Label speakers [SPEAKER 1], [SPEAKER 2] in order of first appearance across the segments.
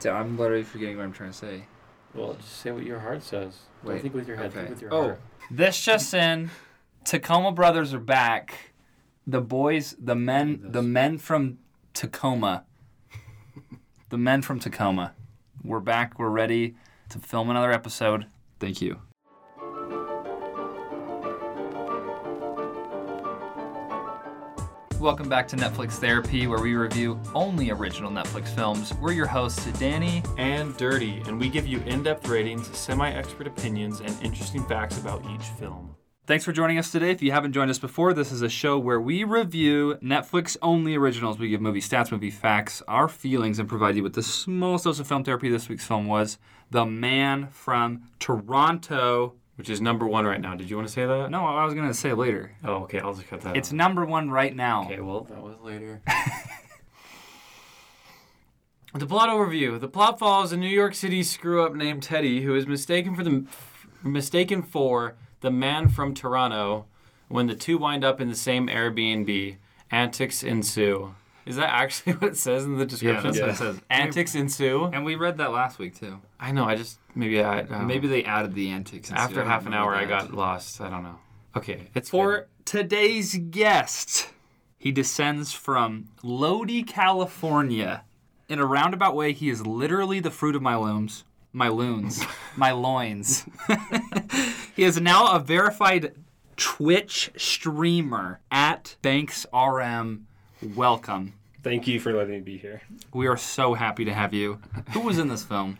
[SPEAKER 1] Damn, I'm literally forgetting what I'm trying to say.
[SPEAKER 2] Well, just say what your heart says. Don't
[SPEAKER 1] Wait,
[SPEAKER 2] think with your head. Think
[SPEAKER 1] okay.
[SPEAKER 2] with your
[SPEAKER 1] Oh.
[SPEAKER 2] heart.
[SPEAKER 3] This just in: Tacoma brothers are back. The boys, the men, the men from Tacoma, the men from Tacoma, we're back. We're ready to film another episode.
[SPEAKER 1] Thank you.
[SPEAKER 3] Welcome back to Netflix Therapy, where we review only original Netflix films. We're your hosts, Danny.
[SPEAKER 2] And dirty, and we give you in-depth ratings, semi-expert opinions, and interesting facts about each film.
[SPEAKER 3] Thanks for joining us today. If you haven't joined us before, this is a show where we review Netflix only originals. We give movie stats, movie facts, our feelings, and provide you with the smallest dose of film therapy. This week's film was The Man from Toronto.
[SPEAKER 2] Which is number one right now. Did you want to say that?
[SPEAKER 3] No, I was going to say later.
[SPEAKER 2] Oh, okay. I'll just cut that.
[SPEAKER 3] It's
[SPEAKER 2] out.
[SPEAKER 3] number one right now.
[SPEAKER 2] Okay, well, that was later. the plot overview. The plot follows a New York City screw up named Teddy who is mistaken for the mistaken for the man from Toronto when the two wind up in the same Airbnb. Antics ensue. Is that actually what it says in the
[SPEAKER 3] Yeah,
[SPEAKER 2] description?
[SPEAKER 3] that's what it says.
[SPEAKER 2] Antics ensue.
[SPEAKER 3] And we read that last week, too.
[SPEAKER 2] I know. I just maybe I uh,
[SPEAKER 1] Maybe they added the antics. and
[SPEAKER 2] after
[SPEAKER 1] stuff.
[SPEAKER 2] half an hour I
[SPEAKER 1] Remember that.
[SPEAKER 2] got lost. I don't know. Okay, it's
[SPEAKER 3] For today's guest, he descends from Lodi, California. In a roundabout way, he is literally the fruit of my looms, my loons, my loins. he is now a verified Twitch streamer at Banks RM. Welcome.
[SPEAKER 4] Thank you for letting me be here.
[SPEAKER 3] We are so happy to have you. Who was in this film?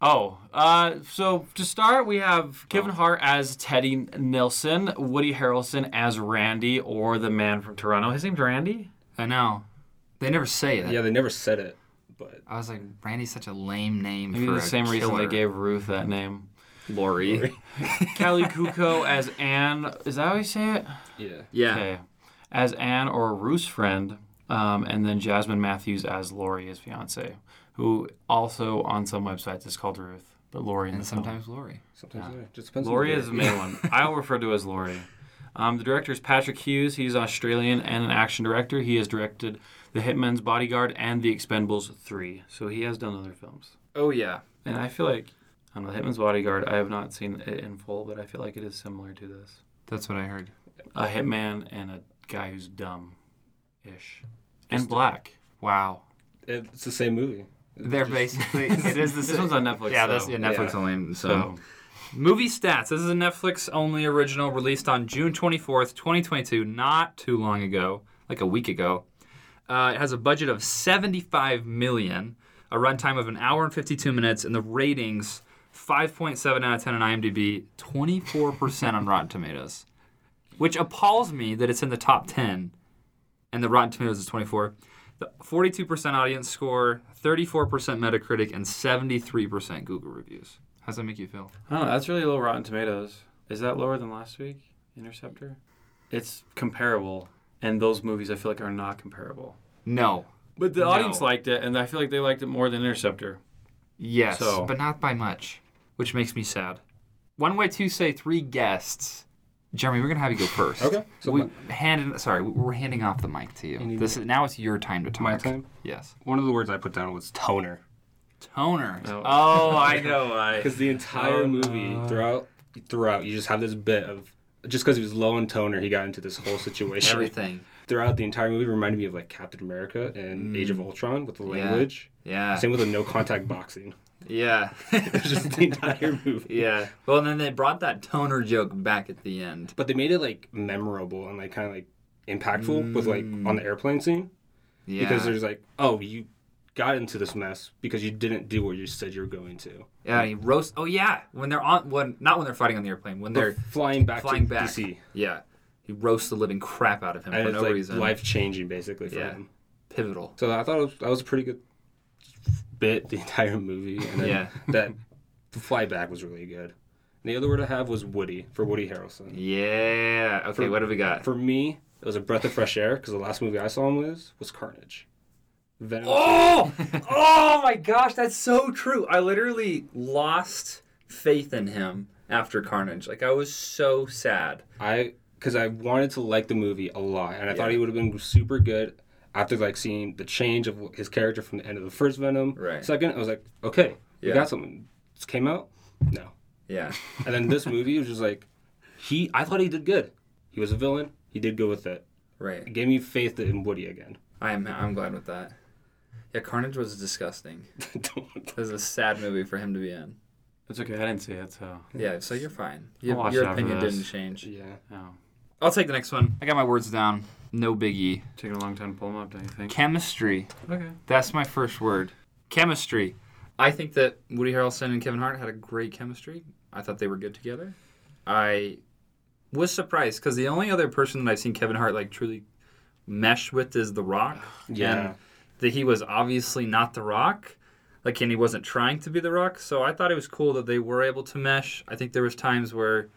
[SPEAKER 2] Oh, uh, so to start, we have Kevin
[SPEAKER 3] Oh.
[SPEAKER 2] Hart as Teddy Nilsson, Woody Harrelson as Randy, or the man from Toronto. His name's Randy.
[SPEAKER 3] I know. They never say it.
[SPEAKER 4] Yeah, they never said it, but
[SPEAKER 3] I was like, Randy's such a lame name
[SPEAKER 2] Maybe
[SPEAKER 3] for
[SPEAKER 2] the
[SPEAKER 3] a
[SPEAKER 2] same reason they
[SPEAKER 3] killer.
[SPEAKER 2] gave Ruth that name.
[SPEAKER 3] Lori.
[SPEAKER 2] Callie Cuoco as Anne. Is that how you say it?
[SPEAKER 4] yeah.
[SPEAKER 3] Yeah.
[SPEAKER 2] Okay. As Anne or Ruth's friend, um, and then Jasmine Matthews as Lori, his fiance, who also on some websites is called Ruth, but Lori. in
[SPEAKER 3] And
[SPEAKER 2] the film.
[SPEAKER 3] sometimes Lori.
[SPEAKER 4] Sometimes yeah. just depends. on
[SPEAKER 2] Laurie
[SPEAKER 4] the
[SPEAKER 2] is the
[SPEAKER 4] day.
[SPEAKER 2] main one. I'll refer to as Laurie. Um, the director is Patrick Hughes. He's Australian and an action director. He has directed The Hitman's Bodyguard and The Expendables 3. So he has done other films.
[SPEAKER 3] Oh yeah.
[SPEAKER 2] And I feel like, I don't know, The Hitman's Bodyguard, I have not seen it in full, but I feel like it is similar to this.
[SPEAKER 3] That's what I heard.
[SPEAKER 2] A hitman and a guy who's dumb ish. And black.
[SPEAKER 3] Wow.
[SPEAKER 4] It's the same movie.
[SPEAKER 3] They're basically it is the
[SPEAKER 2] This one's on Netflix.
[SPEAKER 3] yeah,
[SPEAKER 2] though.
[SPEAKER 3] that's yeah, Netflix
[SPEAKER 4] Yeah.
[SPEAKER 3] only. So.
[SPEAKER 2] So,
[SPEAKER 3] movie stats. This is a Netflix only original released on June twenty fourth, twenty twenty two. Not too long ago, like a week ago. Uh, it has a budget of seventy five million, a runtime of an hour and fifty two minutes, and the ratings five point seven out of ten on IMDb, twenty four percent on Rotten Tomatoes, which appalls me that it's in the top ten. and the Rotten Tomatoes is 24. The 42% audience score, 34% Metacritic, and 73% Google reviews. How does that make you feel?
[SPEAKER 2] I don't know. That's really low Rotten Tomatoes. Is that lower than last week? Interceptor. It's comparable, and those movies I feel like are not comparable.
[SPEAKER 3] No.
[SPEAKER 2] But the
[SPEAKER 3] No.
[SPEAKER 2] audience liked it, and I feel like they liked it more than Interceptor.
[SPEAKER 3] Yes,
[SPEAKER 2] So-
[SPEAKER 3] but not by much, which makes me sad. One way to say three guests. Jeremy, we're gonna have you go first.
[SPEAKER 4] Okay, so
[SPEAKER 3] we handed. Sorry, we're handing off the mic to you. This is, now it's your time to talk.
[SPEAKER 4] My time?
[SPEAKER 3] Yes.
[SPEAKER 4] One of the words I put down was toner,
[SPEAKER 3] Toner.
[SPEAKER 2] No.
[SPEAKER 3] Oh, I know. why.
[SPEAKER 4] because the entire movie throughout, throughout, you just have this bit of just because he was low on toner, he got into this whole situation.
[SPEAKER 3] Everything.
[SPEAKER 4] throughout the entire movie reminded me of like Captain America and Age of Ultron with the language.
[SPEAKER 3] Yeah.
[SPEAKER 4] Same with the no contact boxing.
[SPEAKER 3] Yeah.
[SPEAKER 4] It's just the entire movie.
[SPEAKER 3] yeah. Well, and then they brought that toner joke back at the end.
[SPEAKER 4] But they made it like memorable and like kind of like impactful with like on the airplane scene.
[SPEAKER 3] Yeah.
[SPEAKER 4] because there's like, oh, you got into this mess because you didn't do what you said you were going to.
[SPEAKER 3] yeah, he roast. Oh yeah, when they're on when not when they're fighting on the airplane, when
[SPEAKER 4] They're
[SPEAKER 3] they're
[SPEAKER 4] flying back
[SPEAKER 3] flying
[SPEAKER 4] to
[SPEAKER 3] back.
[SPEAKER 4] DC,
[SPEAKER 3] yeah, he roasts the living crap out of him
[SPEAKER 4] and
[SPEAKER 3] for
[SPEAKER 4] it's
[SPEAKER 3] no
[SPEAKER 4] like
[SPEAKER 3] reason.
[SPEAKER 4] life changing basically for
[SPEAKER 3] Yeah.
[SPEAKER 4] him.
[SPEAKER 3] Pivotal.
[SPEAKER 4] So I thought it was, that was a pretty good bit the entire movie, and then
[SPEAKER 3] Yeah.
[SPEAKER 4] that the flyback was really good. And the other word I have was Woody for Woody Harrelson.
[SPEAKER 3] Yeah. Okay,
[SPEAKER 4] For-
[SPEAKER 3] what have we got?
[SPEAKER 4] For me, it was a breath of fresh air because the last movie I saw him was was Carnage. Venom.
[SPEAKER 3] oh, oh my gosh, that's so true. I literally lost faith in him after Carnage. Like I was so sad.
[SPEAKER 4] I because I wanted to like the movie a lot, and I thought
[SPEAKER 3] Yeah.
[SPEAKER 4] he would have been super good after like seeing the change of his character from the end of the first Venom,
[SPEAKER 3] Right.
[SPEAKER 4] second, I was like, okay, we
[SPEAKER 3] Yeah.
[SPEAKER 4] got something. This came out, no,
[SPEAKER 3] Yeah.
[SPEAKER 4] and then this movie was just like, he. I thought he did good. He was a villain. He did good with it.
[SPEAKER 3] Right.
[SPEAKER 4] It gave me faith in Woody again.
[SPEAKER 3] I'm I'm glad with that. Yeah, Carnage was disgusting.
[SPEAKER 4] Don't-
[SPEAKER 3] It was a sad movie for him to be in.
[SPEAKER 2] It's okay. I didn't see it, so
[SPEAKER 3] Yeah, so you're fine.
[SPEAKER 2] I'll
[SPEAKER 3] Your
[SPEAKER 2] watch
[SPEAKER 3] your
[SPEAKER 2] it after
[SPEAKER 3] opinion
[SPEAKER 2] this.
[SPEAKER 3] didn't change.
[SPEAKER 4] yeah.
[SPEAKER 2] no.
[SPEAKER 5] I'll take the next one. I got my words down. No biggie.
[SPEAKER 2] Taking a long time to pull them up. Don't you think?
[SPEAKER 5] Chemistry.
[SPEAKER 2] Okay.
[SPEAKER 5] That's my first word. Chemistry.
[SPEAKER 3] I think that Woody Harrelson and Kevin Hart had a great chemistry. I thought they were good together. I was surprised because the only other person that I've seen Kevin Hart like truly mesh with is The Rock.
[SPEAKER 4] Yeah.
[SPEAKER 3] And that he was obviously not The Rock. Like, and he wasn't trying to be The Rock. So I thought it was cool that they were able to mesh. I think there was times where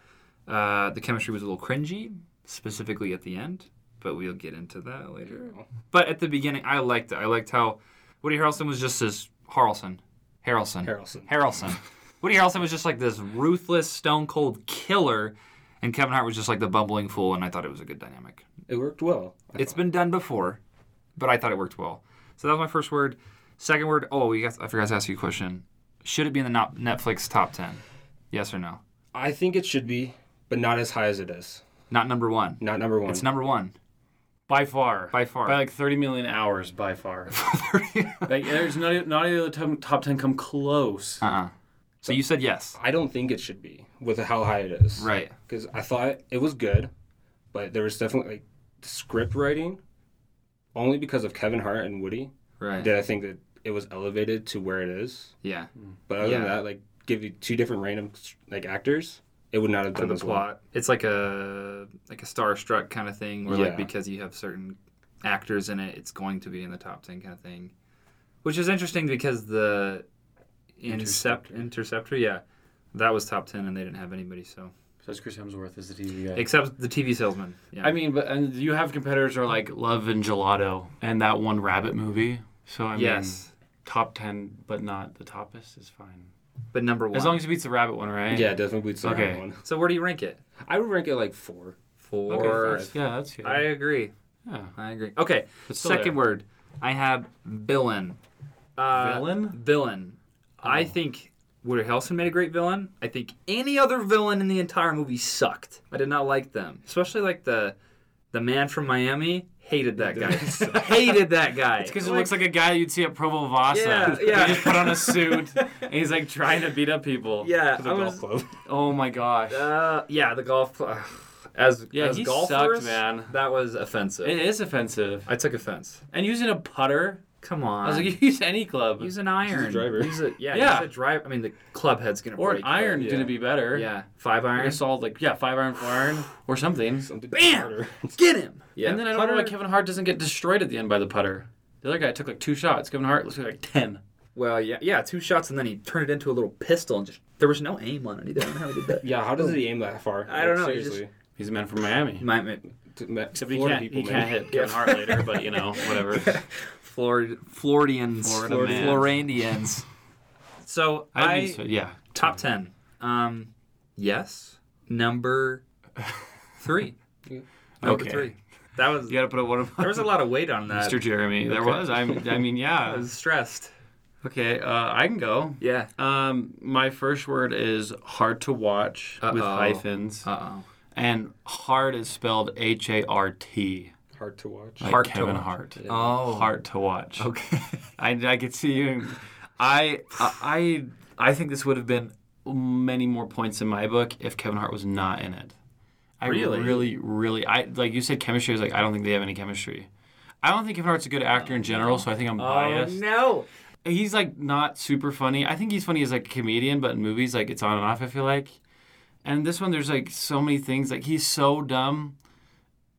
[SPEAKER 3] uh, the chemistry was a little cringy, specifically at the end. But we'll get into that later.
[SPEAKER 5] But at the beginning, I liked it. I liked how Woody Harrelson was just this Harrelson. Harrelson.
[SPEAKER 4] Harrelson.
[SPEAKER 5] Harrelson. Woody Harrelson was just like this ruthless, stone cold killer, and Kevin Hart was just like the bumbling fool, and I thought it was a good dynamic.
[SPEAKER 4] It worked well. I
[SPEAKER 5] It's
[SPEAKER 4] thought.
[SPEAKER 5] been done before, but I thought it worked well. So that was my first word. Second word, oh, we got, I forgot to ask you a question. Should it be in the not Netflix top 10? Yes or no?
[SPEAKER 4] I think it should be, but not as high as it is.
[SPEAKER 5] Not number one.
[SPEAKER 4] Not number one.
[SPEAKER 5] It's number one.
[SPEAKER 2] By far.
[SPEAKER 5] By far.
[SPEAKER 2] By like 30 million hours. By far. like, there's not e, not even the top, top 10 come close.
[SPEAKER 5] Uh uh So you said yes.
[SPEAKER 4] I don't think it should be with how high it is.
[SPEAKER 5] Right.
[SPEAKER 4] Because I thought it was good, but there was definitely like script writing. Only because of Kevin Hart and Woody
[SPEAKER 3] Right.
[SPEAKER 4] did I think that it was elevated to where it is.
[SPEAKER 3] Yeah.
[SPEAKER 4] But other than
[SPEAKER 3] Yeah.
[SPEAKER 4] that, like give you two different random like actors, it would not have
[SPEAKER 3] to
[SPEAKER 4] done
[SPEAKER 3] the
[SPEAKER 4] as well.
[SPEAKER 3] plot. It's like a like a starstruck kind of thing, where
[SPEAKER 4] Yeah.
[SPEAKER 3] like because you have certain actors in it, it's going to be in the top ten kind of thing, which is interesting because the intercept interceptor, yeah, that was top ten and they didn't have anybody. So
[SPEAKER 2] So it's Chris Hemsworth is the TV guy.
[SPEAKER 3] except the TV salesman, yeah,
[SPEAKER 2] I mean, but and you have competitors who are like Love and Gelato and that one rabbit movie. So I
[SPEAKER 3] yes,
[SPEAKER 2] mean, top 10, but not the toppest is fine.
[SPEAKER 3] but number one.
[SPEAKER 2] As long as it beats the rabbit one, right?
[SPEAKER 4] Yeah, definitely it's the number
[SPEAKER 2] Okay.
[SPEAKER 4] one.
[SPEAKER 3] so where do you rank it?
[SPEAKER 4] I would rank it like four.
[SPEAKER 3] Four.
[SPEAKER 4] first.
[SPEAKER 2] Yeah, that's good.
[SPEAKER 3] I agree.
[SPEAKER 2] yeah.
[SPEAKER 3] I agree. Okay,
[SPEAKER 2] It's still
[SPEAKER 3] second
[SPEAKER 2] there.
[SPEAKER 3] word. I have villain. Uh,
[SPEAKER 2] Villain?
[SPEAKER 3] Villain. I
[SPEAKER 2] Oh.
[SPEAKER 3] think Woody Harrelson made a great villain. I think any other villain in the entire movie sucked. I did not like them, especially like the the man from Miami. Hated that guy. hated that guy.
[SPEAKER 2] It's because it looks like a guy you'd see at Provo Vasa.
[SPEAKER 3] Yeah,
[SPEAKER 2] He
[SPEAKER 3] yeah.
[SPEAKER 2] just put on a suit and he's like trying to beat up people.
[SPEAKER 3] yeah. I
[SPEAKER 4] Golf
[SPEAKER 3] was,
[SPEAKER 4] club.
[SPEAKER 2] Oh my gosh.
[SPEAKER 3] uh, yeah, the golf. pl- As
[SPEAKER 2] Yeah,
[SPEAKER 3] as
[SPEAKER 2] he
[SPEAKER 3] golfers,
[SPEAKER 2] sucked, man.
[SPEAKER 3] That was offensive.
[SPEAKER 2] It is offensive.
[SPEAKER 3] I took offense.
[SPEAKER 2] And using a putter,
[SPEAKER 3] Come on.
[SPEAKER 2] I was like, you use any club
[SPEAKER 3] Use an iron.
[SPEAKER 4] driver.
[SPEAKER 3] Use a, yeah,
[SPEAKER 2] Yeah.
[SPEAKER 3] Use a drive. I mean, the club head's gonna
[SPEAKER 2] or an
[SPEAKER 3] break. but-
[SPEAKER 2] iron
[SPEAKER 4] yeah.
[SPEAKER 2] gonna be better.
[SPEAKER 3] Yeah, five
[SPEAKER 2] I
[SPEAKER 3] iron.
[SPEAKER 2] guess all like yeah, five iron, four iron, or something.
[SPEAKER 4] Something
[SPEAKER 3] Bam!
[SPEAKER 4] harder.
[SPEAKER 3] Get him. Yeah.
[SPEAKER 2] And then I don't know why Kevin Hart doesn't get destroyed at the end by the putter. The other guy took like two shots. Kevin Hart looks like ten.
[SPEAKER 3] Well, yeah, yeah, two shots, and then he turned it into a little pistol, and just there was no aim on it either. I don't know how he did that.
[SPEAKER 4] Yeah, how does it aim that far?
[SPEAKER 3] I don't know, it's
[SPEAKER 4] Seriously.
[SPEAKER 2] He's a man from Miami.
[SPEAKER 3] My, my,
[SPEAKER 4] To- ma-
[SPEAKER 2] Except he
[SPEAKER 4] Florida
[SPEAKER 2] can't,
[SPEAKER 4] people,
[SPEAKER 2] he can't
[SPEAKER 4] man.
[SPEAKER 2] hit Kevin Hart later, but you know, whatever.
[SPEAKER 5] Florid, Floridians.
[SPEAKER 2] Florida
[SPEAKER 5] Flor-
[SPEAKER 2] man.
[SPEAKER 5] Floridians.
[SPEAKER 3] so
[SPEAKER 2] I,
[SPEAKER 3] I
[SPEAKER 2] yeah.
[SPEAKER 3] top ten. Um, yes, number three. Number
[SPEAKER 2] Okay.
[SPEAKER 3] three. That was
[SPEAKER 2] You gotta put up one of
[SPEAKER 3] there was a lot of weight on that.
[SPEAKER 2] Mr. Jeremy. There
[SPEAKER 3] Okay.
[SPEAKER 2] was. I, I mean,
[SPEAKER 3] I
[SPEAKER 2] yeah.
[SPEAKER 3] was stressed.
[SPEAKER 2] Okay, uh, I can go.
[SPEAKER 3] Yeah.
[SPEAKER 2] Um, my first word is hard to watch with
[SPEAKER 3] Uh-oh.
[SPEAKER 2] hyphens,
[SPEAKER 3] Uh
[SPEAKER 2] and hard is spelled H A R T.
[SPEAKER 4] Hard to watch.
[SPEAKER 2] Like
[SPEAKER 3] Hard to
[SPEAKER 2] Kevin
[SPEAKER 3] watch.
[SPEAKER 2] Hart.
[SPEAKER 3] oh. Oh.
[SPEAKER 2] Hard to watch.
[SPEAKER 3] Okay.
[SPEAKER 2] I, I could see you. I I I think this would have been many more points in my book if Kevin Hart was not in it. I
[SPEAKER 3] Really?
[SPEAKER 2] really, really, I like you said chemistry. I was like, I don't think they have any chemistry. I don't think Kevin Hart's a good actor in general, so I think I'm
[SPEAKER 3] Oh
[SPEAKER 2] biased.
[SPEAKER 3] no.
[SPEAKER 2] He's like not super funny. I think he's funny as like a comedian, but in movies, like it's on and off. I feel like, and this one, there's like so many things. Like he's so dumb.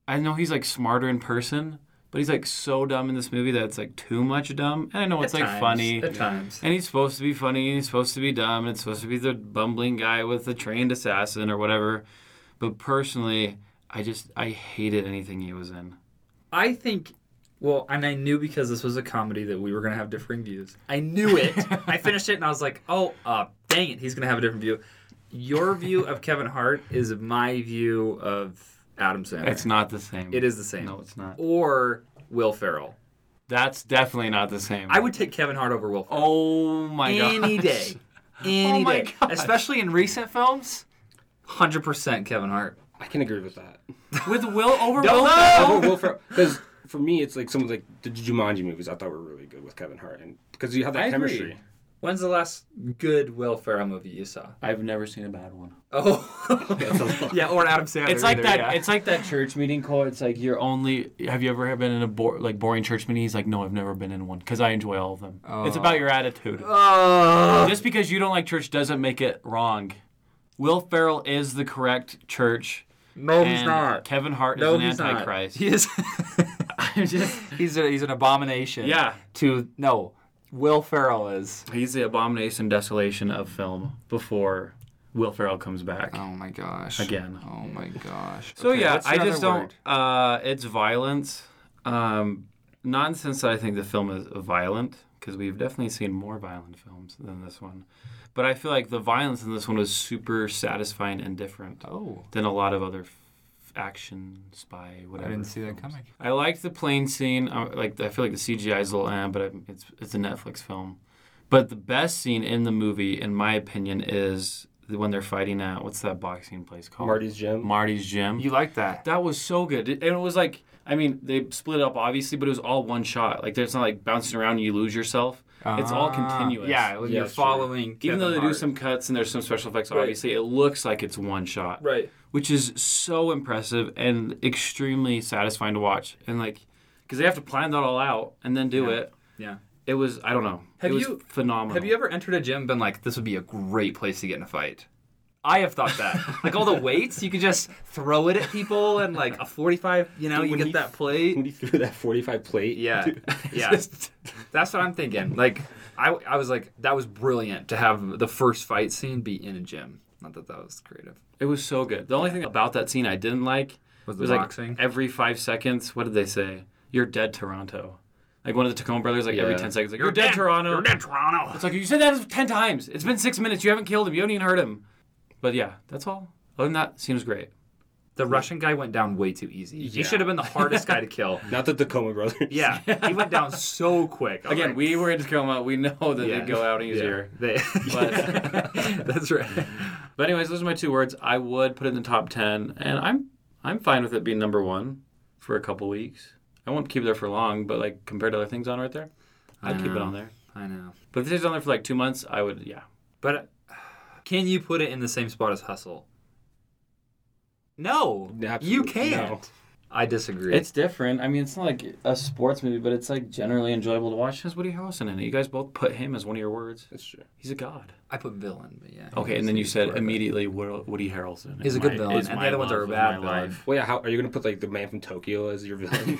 [SPEAKER 2] I know he's like smarter in person, but he's like so dumb in this movie that it's like too much dumb. And I know it's
[SPEAKER 3] At
[SPEAKER 2] like
[SPEAKER 3] times,
[SPEAKER 2] funny,
[SPEAKER 3] at times.
[SPEAKER 2] and he's supposed to be funny. He's supposed to be dumb. And it's supposed to be the bumbling guy with the trained assassin or whatever. But personally, I just I hated anything he was in.
[SPEAKER 3] I think. Well, and I knew because this was a comedy that we were gonna have differing views. I knew it. I finished it and I was like, "Oh, uh, dang it, he's gonna have a different view." Your view of Kevin Hart is my view of Adam Sandler.
[SPEAKER 2] It's not the same.
[SPEAKER 3] It is the same.
[SPEAKER 2] No, it's not.
[SPEAKER 3] Or Will Ferrell.
[SPEAKER 2] That's definitely not the same.
[SPEAKER 3] I would take Kevin Hart over Will. Ferrell.
[SPEAKER 2] Oh my god. Oh
[SPEAKER 3] any day, any
[SPEAKER 2] my
[SPEAKER 3] day,
[SPEAKER 2] gosh.
[SPEAKER 3] especially in recent films. Hundred percent Kevin Hart.
[SPEAKER 4] I can agree with that.
[SPEAKER 2] With Will over
[SPEAKER 3] Don't
[SPEAKER 2] Will
[SPEAKER 3] know.
[SPEAKER 2] Ferrell?
[SPEAKER 4] Because for me, it's like some of like the Jumanji movies I thought were really good with Kevin Hart, and because you have that
[SPEAKER 3] I agree.
[SPEAKER 4] chemistry.
[SPEAKER 3] When's the last good Will Ferrell movie you saw?
[SPEAKER 1] I've never seen a bad one.
[SPEAKER 3] Oh, yeah, or Adam Sandler.
[SPEAKER 2] It's like
[SPEAKER 3] either,
[SPEAKER 2] that.
[SPEAKER 3] yeah.
[SPEAKER 2] It's like that church meeting call. It's like you're only. Have you ever been in a bo- like boring church meeting? He's like, no, I've never been in one because I enjoy all of them. It's about your attitude. Just because you don't like church doesn't make it wrong. Will Ferrell is the correct church.
[SPEAKER 3] no,
[SPEAKER 2] and Kevin Hart is an antichrist.
[SPEAKER 3] He is. he's a, he's an abomination.
[SPEAKER 2] Yeah.
[SPEAKER 3] To no, Will Ferrell is.
[SPEAKER 2] He's the abomination desolation of film before Will Ferrell comes back.
[SPEAKER 1] Oh my gosh.
[SPEAKER 2] Again.
[SPEAKER 1] Oh my gosh.
[SPEAKER 2] So yeah,
[SPEAKER 3] what's
[SPEAKER 2] I
[SPEAKER 3] your
[SPEAKER 2] just
[SPEAKER 3] other
[SPEAKER 2] don't. Uh, it's violent. Um, nonsense. that I think the film is violent because we've definitely seen more violent films than this one, but I feel like the violence in this one was super satisfying and different
[SPEAKER 3] Oh,
[SPEAKER 2] than a lot of other f- action spy
[SPEAKER 3] I
[SPEAKER 2] whatever.
[SPEAKER 3] didn't see that
[SPEAKER 2] films.
[SPEAKER 3] coming.
[SPEAKER 2] I like the plane scene. I, like I feel like the CGI is a little, eh, but it- it's it's a Netflix film. But the best scene in the movie, in my opinion, is the- when they're fighting at what's that boxing place called?
[SPEAKER 4] Marty's Gym.
[SPEAKER 2] Marty's Gym.
[SPEAKER 3] You like that?
[SPEAKER 2] That was so good. It- And it was like, I mean, they split up obviously, but it was all one shot. Like, there's not like bouncing around and you lose yourself. it's all
[SPEAKER 3] Ah,
[SPEAKER 2] continuous.
[SPEAKER 3] Yeah, when
[SPEAKER 4] Yeah,
[SPEAKER 3] you're
[SPEAKER 4] sure.
[SPEAKER 3] following.
[SPEAKER 2] Even
[SPEAKER 3] Kevin
[SPEAKER 2] though they do
[SPEAKER 3] Hart.
[SPEAKER 2] some cuts and there's some special effects,
[SPEAKER 3] Right.
[SPEAKER 2] obviously, it looks like it's one shot,
[SPEAKER 3] right.
[SPEAKER 2] which is so impressive and extremely satisfying to watch. And like, because they have to plan that all out and then do
[SPEAKER 3] Yeah.
[SPEAKER 2] it.
[SPEAKER 3] Yeah.
[SPEAKER 2] It was, I don't know.
[SPEAKER 3] Have
[SPEAKER 2] it was
[SPEAKER 3] you-
[SPEAKER 2] phenomenal.
[SPEAKER 3] Have you ever entered a gym and been like, this would be a great place to get in a fight? I have thought that. like all the weights, you could just throw it at people and like a 45, you know, you
[SPEAKER 4] When
[SPEAKER 3] get
[SPEAKER 4] he-
[SPEAKER 3] that plate.
[SPEAKER 4] When he threw that forty-five plate.
[SPEAKER 3] Yeah.
[SPEAKER 4] dude,
[SPEAKER 3] Yeah. That's what I'm thinking. Like, I, I was like, that was brilliant to have the first fight scene be in a gym. Not that that was creative.
[SPEAKER 2] It was so good. The only thing about that scene I didn't like
[SPEAKER 3] Was the
[SPEAKER 2] was
[SPEAKER 3] boxing?
[SPEAKER 2] like every five seconds. What did they say? You're dead, Toronto. Like one of the Tacoma brothers, like every
[SPEAKER 3] Yeah.
[SPEAKER 2] ten seconds, like you're, dead, Toronto.
[SPEAKER 3] You're dead, Toronto.
[SPEAKER 2] It's like you said that ten times. It's been six minutes. You haven't killed him. You haven't even hurt him. But yeah, that's all. Other than that, scene was great.
[SPEAKER 3] The Russian guy went down way too easy. He
[SPEAKER 4] Yeah.
[SPEAKER 3] should have been the hardest guy to kill.
[SPEAKER 4] Not the Tacoma brothers.
[SPEAKER 3] Yeah. He went down so quick. I was
[SPEAKER 2] Again,
[SPEAKER 3] like,
[SPEAKER 2] we were in Tacoma. We know that
[SPEAKER 3] Yeah.
[SPEAKER 2] they go out easier.
[SPEAKER 3] They,
[SPEAKER 2] But-
[SPEAKER 3] that's right.
[SPEAKER 2] But anyways, those are my two words. I would put it in the top ten, and I'm I'm fine with it being number one for a couple weeks. I won't keep it there for long, but like compared to other things on right there, I'd keep it
[SPEAKER 3] know.
[SPEAKER 2] on there.
[SPEAKER 3] I know.
[SPEAKER 2] But if it stays on there for like two months, I would, yeah.
[SPEAKER 3] But uh, can you put it in the same spot as Hustle? No,
[SPEAKER 4] Absolutely
[SPEAKER 3] you can't. I disagree.
[SPEAKER 2] It's different. I mean, it's not like a sports movie, but it's like generally enjoyable to watch. Has Woody Harrelson in it? You guys both put him as one of your words.
[SPEAKER 4] That's true.
[SPEAKER 2] He's a god.
[SPEAKER 3] I put villain, but yeah.
[SPEAKER 2] Okay, and then you said
[SPEAKER 3] Right.
[SPEAKER 2] immediately Wo- Woody Harrelson.
[SPEAKER 3] He's a
[SPEAKER 2] is
[SPEAKER 3] good
[SPEAKER 2] my-
[SPEAKER 3] villain,
[SPEAKER 2] is
[SPEAKER 3] and the
[SPEAKER 2] my
[SPEAKER 3] other ones
[SPEAKER 2] love
[SPEAKER 3] are a
[SPEAKER 2] of
[SPEAKER 3] bad
[SPEAKER 2] my
[SPEAKER 3] villain.
[SPEAKER 2] life.
[SPEAKER 4] Well, yeah. How are you gonna put like the man from Tokyo as your villain?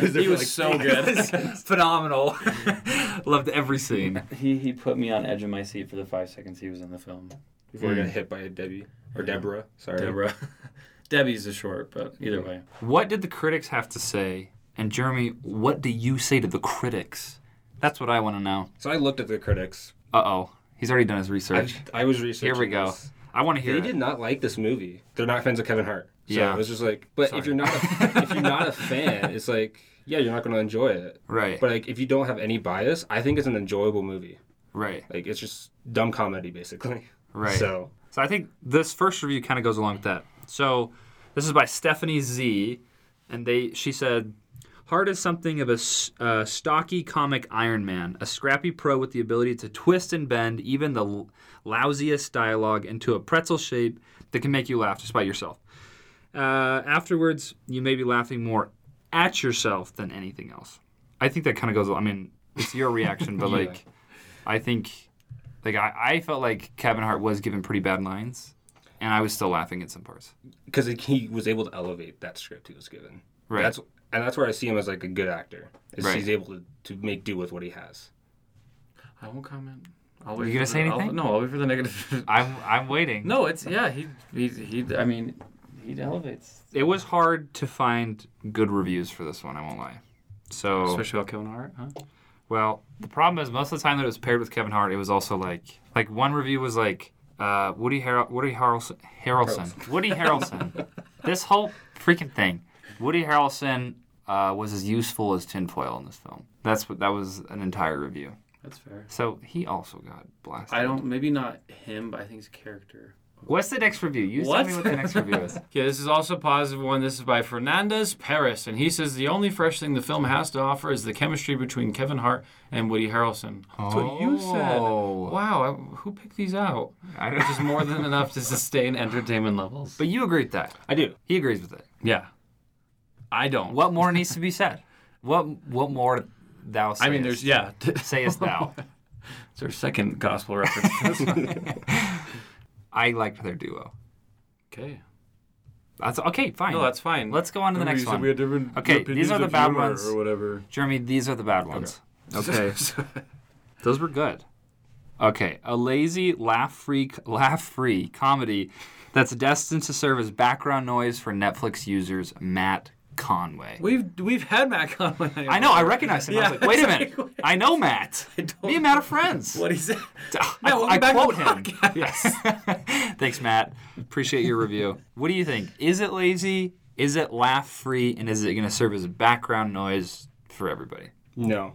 [SPEAKER 2] He was so good.
[SPEAKER 3] phenomenal. Loved every scene.
[SPEAKER 2] he he put me on edge of my seat for the five seconds he was in the film.
[SPEAKER 4] before
[SPEAKER 3] Mm.
[SPEAKER 4] he got hit by a Debbie or Deborah. Sorry.
[SPEAKER 2] Deborah. Debbie's a short, but either way.
[SPEAKER 3] What did the critics have to say? And Jeremy, what do you say to the critics? That's what I want to know.
[SPEAKER 4] So I looked at the critics.
[SPEAKER 3] Uh oh, he's already done his
[SPEAKER 4] I,
[SPEAKER 3] research.
[SPEAKER 4] I was researching.
[SPEAKER 3] Here we go.
[SPEAKER 4] this.
[SPEAKER 3] I want to hear
[SPEAKER 4] They
[SPEAKER 3] it.
[SPEAKER 4] did not like this movie. They're not fans of Kevin Hart. So
[SPEAKER 3] Yeah.
[SPEAKER 4] it was just like, but
[SPEAKER 3] Sorry.
[SPEAKER 4] if you're not, a, if you're not a fan, it's like, yeah, you're not going to enjoy it.
[SPEAKER 3] Right,
[SPEAKER 4] But like, if you don't have any bias, I think it's an enjoyable movie.
[SPEAKER 3] right,
[SPEAKER 4] Like, it's just dumb comedy basically.
[SPEAKER 3] right.
[SPEAKER 4] So
[SPEAKER 3] So I think this first review kind of goes along with that. So this is by Stephanie Z, and they she said, "Hart is something of a s- uh, stocky comic Iron Man, a scrappy pro with the ability to twist and bend even the l- lousiest dialogue into a pretzel shape that can make you laugh despite yourself. Uh, afterwards, you may be laughing more at yourself than anything else. I think that kind of goes. I mean, it's your reaction, but like, I think." Like I, I felt like Kevin Hart was given pretty bad lines, and I was still laughing at some parts.
[SPEAKER 4] because he was able to elevate that script he was given.
[SPEAKER 3] Right.
[SPEAKER 4] That's and that's where I see him as like a good actor. Is
[SPEAKER 3] Right.
[SPEAKER 4] he's able to, to make do with what he has.
[SPEAKER 2] I won't comment. I'll
[SPEAKER 3] Were
[SPEAKER 2] wait
[SPEAKER 3] you gonna
[SPEAKER 2] for
[SPEAKER 3] say
[SPEAKER 2] the- I'll,
[SPEAKER 3] anything?
[SPEAKER 2] no, I'll wait for the negative.
[SPEAKER 3] I'm I'm waiting.
[SPEAKER 2] no, it's yeah. He he he. I mean, he elevates,
[SPEAKER 3] It was hard to find good reviews for this one. I won't lie. So
[SPEAKER 2] especially about Kevin Hart, huh?
[SPEAKER 3] well, the problem is most of the time that it was paired with Kevin Hart, it was also like like one review was like uh, Woody Har- Woody Harrelson Harrelson Woody Harrelson. this whole freaking thing, Woody Harrelson uh, was as useful as tinfoil in this film. That's what that was an entire review.
[SPEAKER 2] That's fair.
[SPEAKER 3] So he also got blasted.
[SPEAKER 6] I don't. Maybe not him, but I think his character.
[SPEAKER 3] What's the next review? You tell
[SPEAKER 2] What?
[SPEAKER 3] me what the next review is.
[SPEAKER 2] Okay, this is also a positive one. This is by Fernandez Paris, and he says the only fresh thing the film has to offer is the chemistry between Kevin Hart and Woody Harrelson. That's what you said.
[SPEAKER 3] Oh.
[SPEAKER 2] Wow, I, who picked these out?
[SPEAKER 3] I
[SPEAKER 2] Which is
[SPEAKER 3] don't,
[SPEAKER 2] more than enough to sustain entertainment levels.
[SPEAKER 3] but you agree with that.
[SPEAKER 4] I do.
[SPEAKER 3] He agrees with it.
[SPEAKER 2] yeah, I don't.
[SPEAKER 3] What more needs to be said? What What more thou sayest?
[SPEAKER 2] I mean, there's yeah. it's
[SPEAKER 3] sayest thou.
[SPEAKER 2] our second gospel reference.
[SPEAKER 3] I liked their duo.
[SPEAKER 2] okay,
[SPEAKER 3] That's okay. Fine.
[SPEAKER 2] no, that's fine.
[SPEAKER 3] Let's go on to the next one.
[SPEAKER 7] different
[SPEAKER 3] Okay, these are the bad ones.
[SPEAKER 7] whatever.
[SPEAKER 3] Jeremy, these are the bad ones. Okay. Those were good. Okay, a lazy laugh free laugh free comedy that's destined to serve as background noise for Netflix users Matt Conway.
[SPEAKER 2] we've we've had Matt Conway.
[SPEAKER 3] I know, I recognize him. I was
[SPEAKER 2] Yeah.
[SPEAKER 3] like, wait a minute. I know Matt. Me and Matt are friends.
[SPEAKER 2] what he said.
[SPEAKER 3] I,
[SPEAKER 2] welcome
[SPEAKER 3] I
[SPEAKER 2] back to
[SPEAKER 3] quote
[SPEAKER 2] the
[SPEAKER 3] him.
[SPEAKER 2] podcast.
[SPEAKER 3] Thanks, Matt. Appreciate your review. What do you think? Is it lazy? Is it laugh free? And is it going to serve as background noise for everybody?
[SPEAKER 4] No,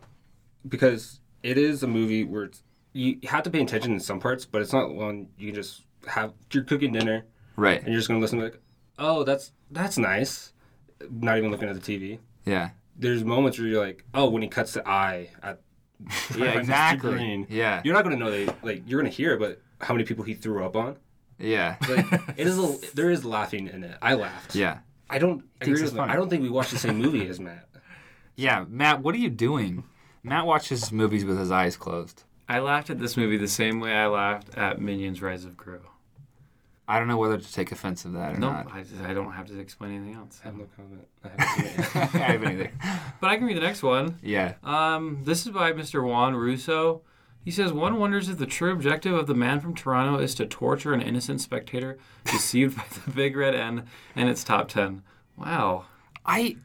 [SPEAKER 4] because it is a movie where it's, you have to pay attention in some parts, but it's not one you can just have. You're cooking dinner
[SPEAKER 3] Right.
[SPEAKER 4] and you're just gonna listen to like, oh, that's that's nice. Not even looking at the TV.
[SPEAKER 3] Yeah.
[SPEAKER 4] There's moments where you're like, oh, when he cuts the eye at
[SPEAKER 3] Yeah,
[SPEAKER 4] Mr.
[SPEAKER 3] exactly.
[SPEAKER 4] Green.
[SPEAKER 3] Yeah.
[SPEAKER 4] You're not gonna know they like you're gonna hear it, but how many people he threw up on?
[SPEAKER 3] Yeah.
[SPEAKER 4] Like it is a, there is laughing in it. I laughed.
[SPEAKER 3] Yeah.
[SPEAKER 4] I don't agree
[SPEAKER 3] thinks
[SPEAKER 4] with
[SPEAKER 3] it's
[SPEAKER 4] him.
[SPEAKER 3] funny.
[SPEAKER 4] I don't think we watched the same movie as Matt.
[SPEAKER 3] Yeah, Matt, what are you doing? Matt watches movies with his eyes closed.
[SPEAKER 2] I laughed at this movie the same way I laughed at Minions: Rise of Gru.
[SPEAKER 3] I don't know whether to take offense of that or
[SPEAKER 2] No,
[SPEAKER 3] not.
[SPEAKER 2] I, I don't have to explain anything else.
[SPEAKER 4] I have no comment. I haven't seen it.
[SPEAKER 3] I haven't either.
[SPEAKER 2] But I can read the next one.
[SPEAKER 3] Yeah.
[SPEAKER 2] Um, this is by Mr. Juan Russo. He says, One wonders if the true objective of the man from Toronto is to torture an innocent spectator deceived by the big red N and its top 10. Wow.
[SPEAKER 3] I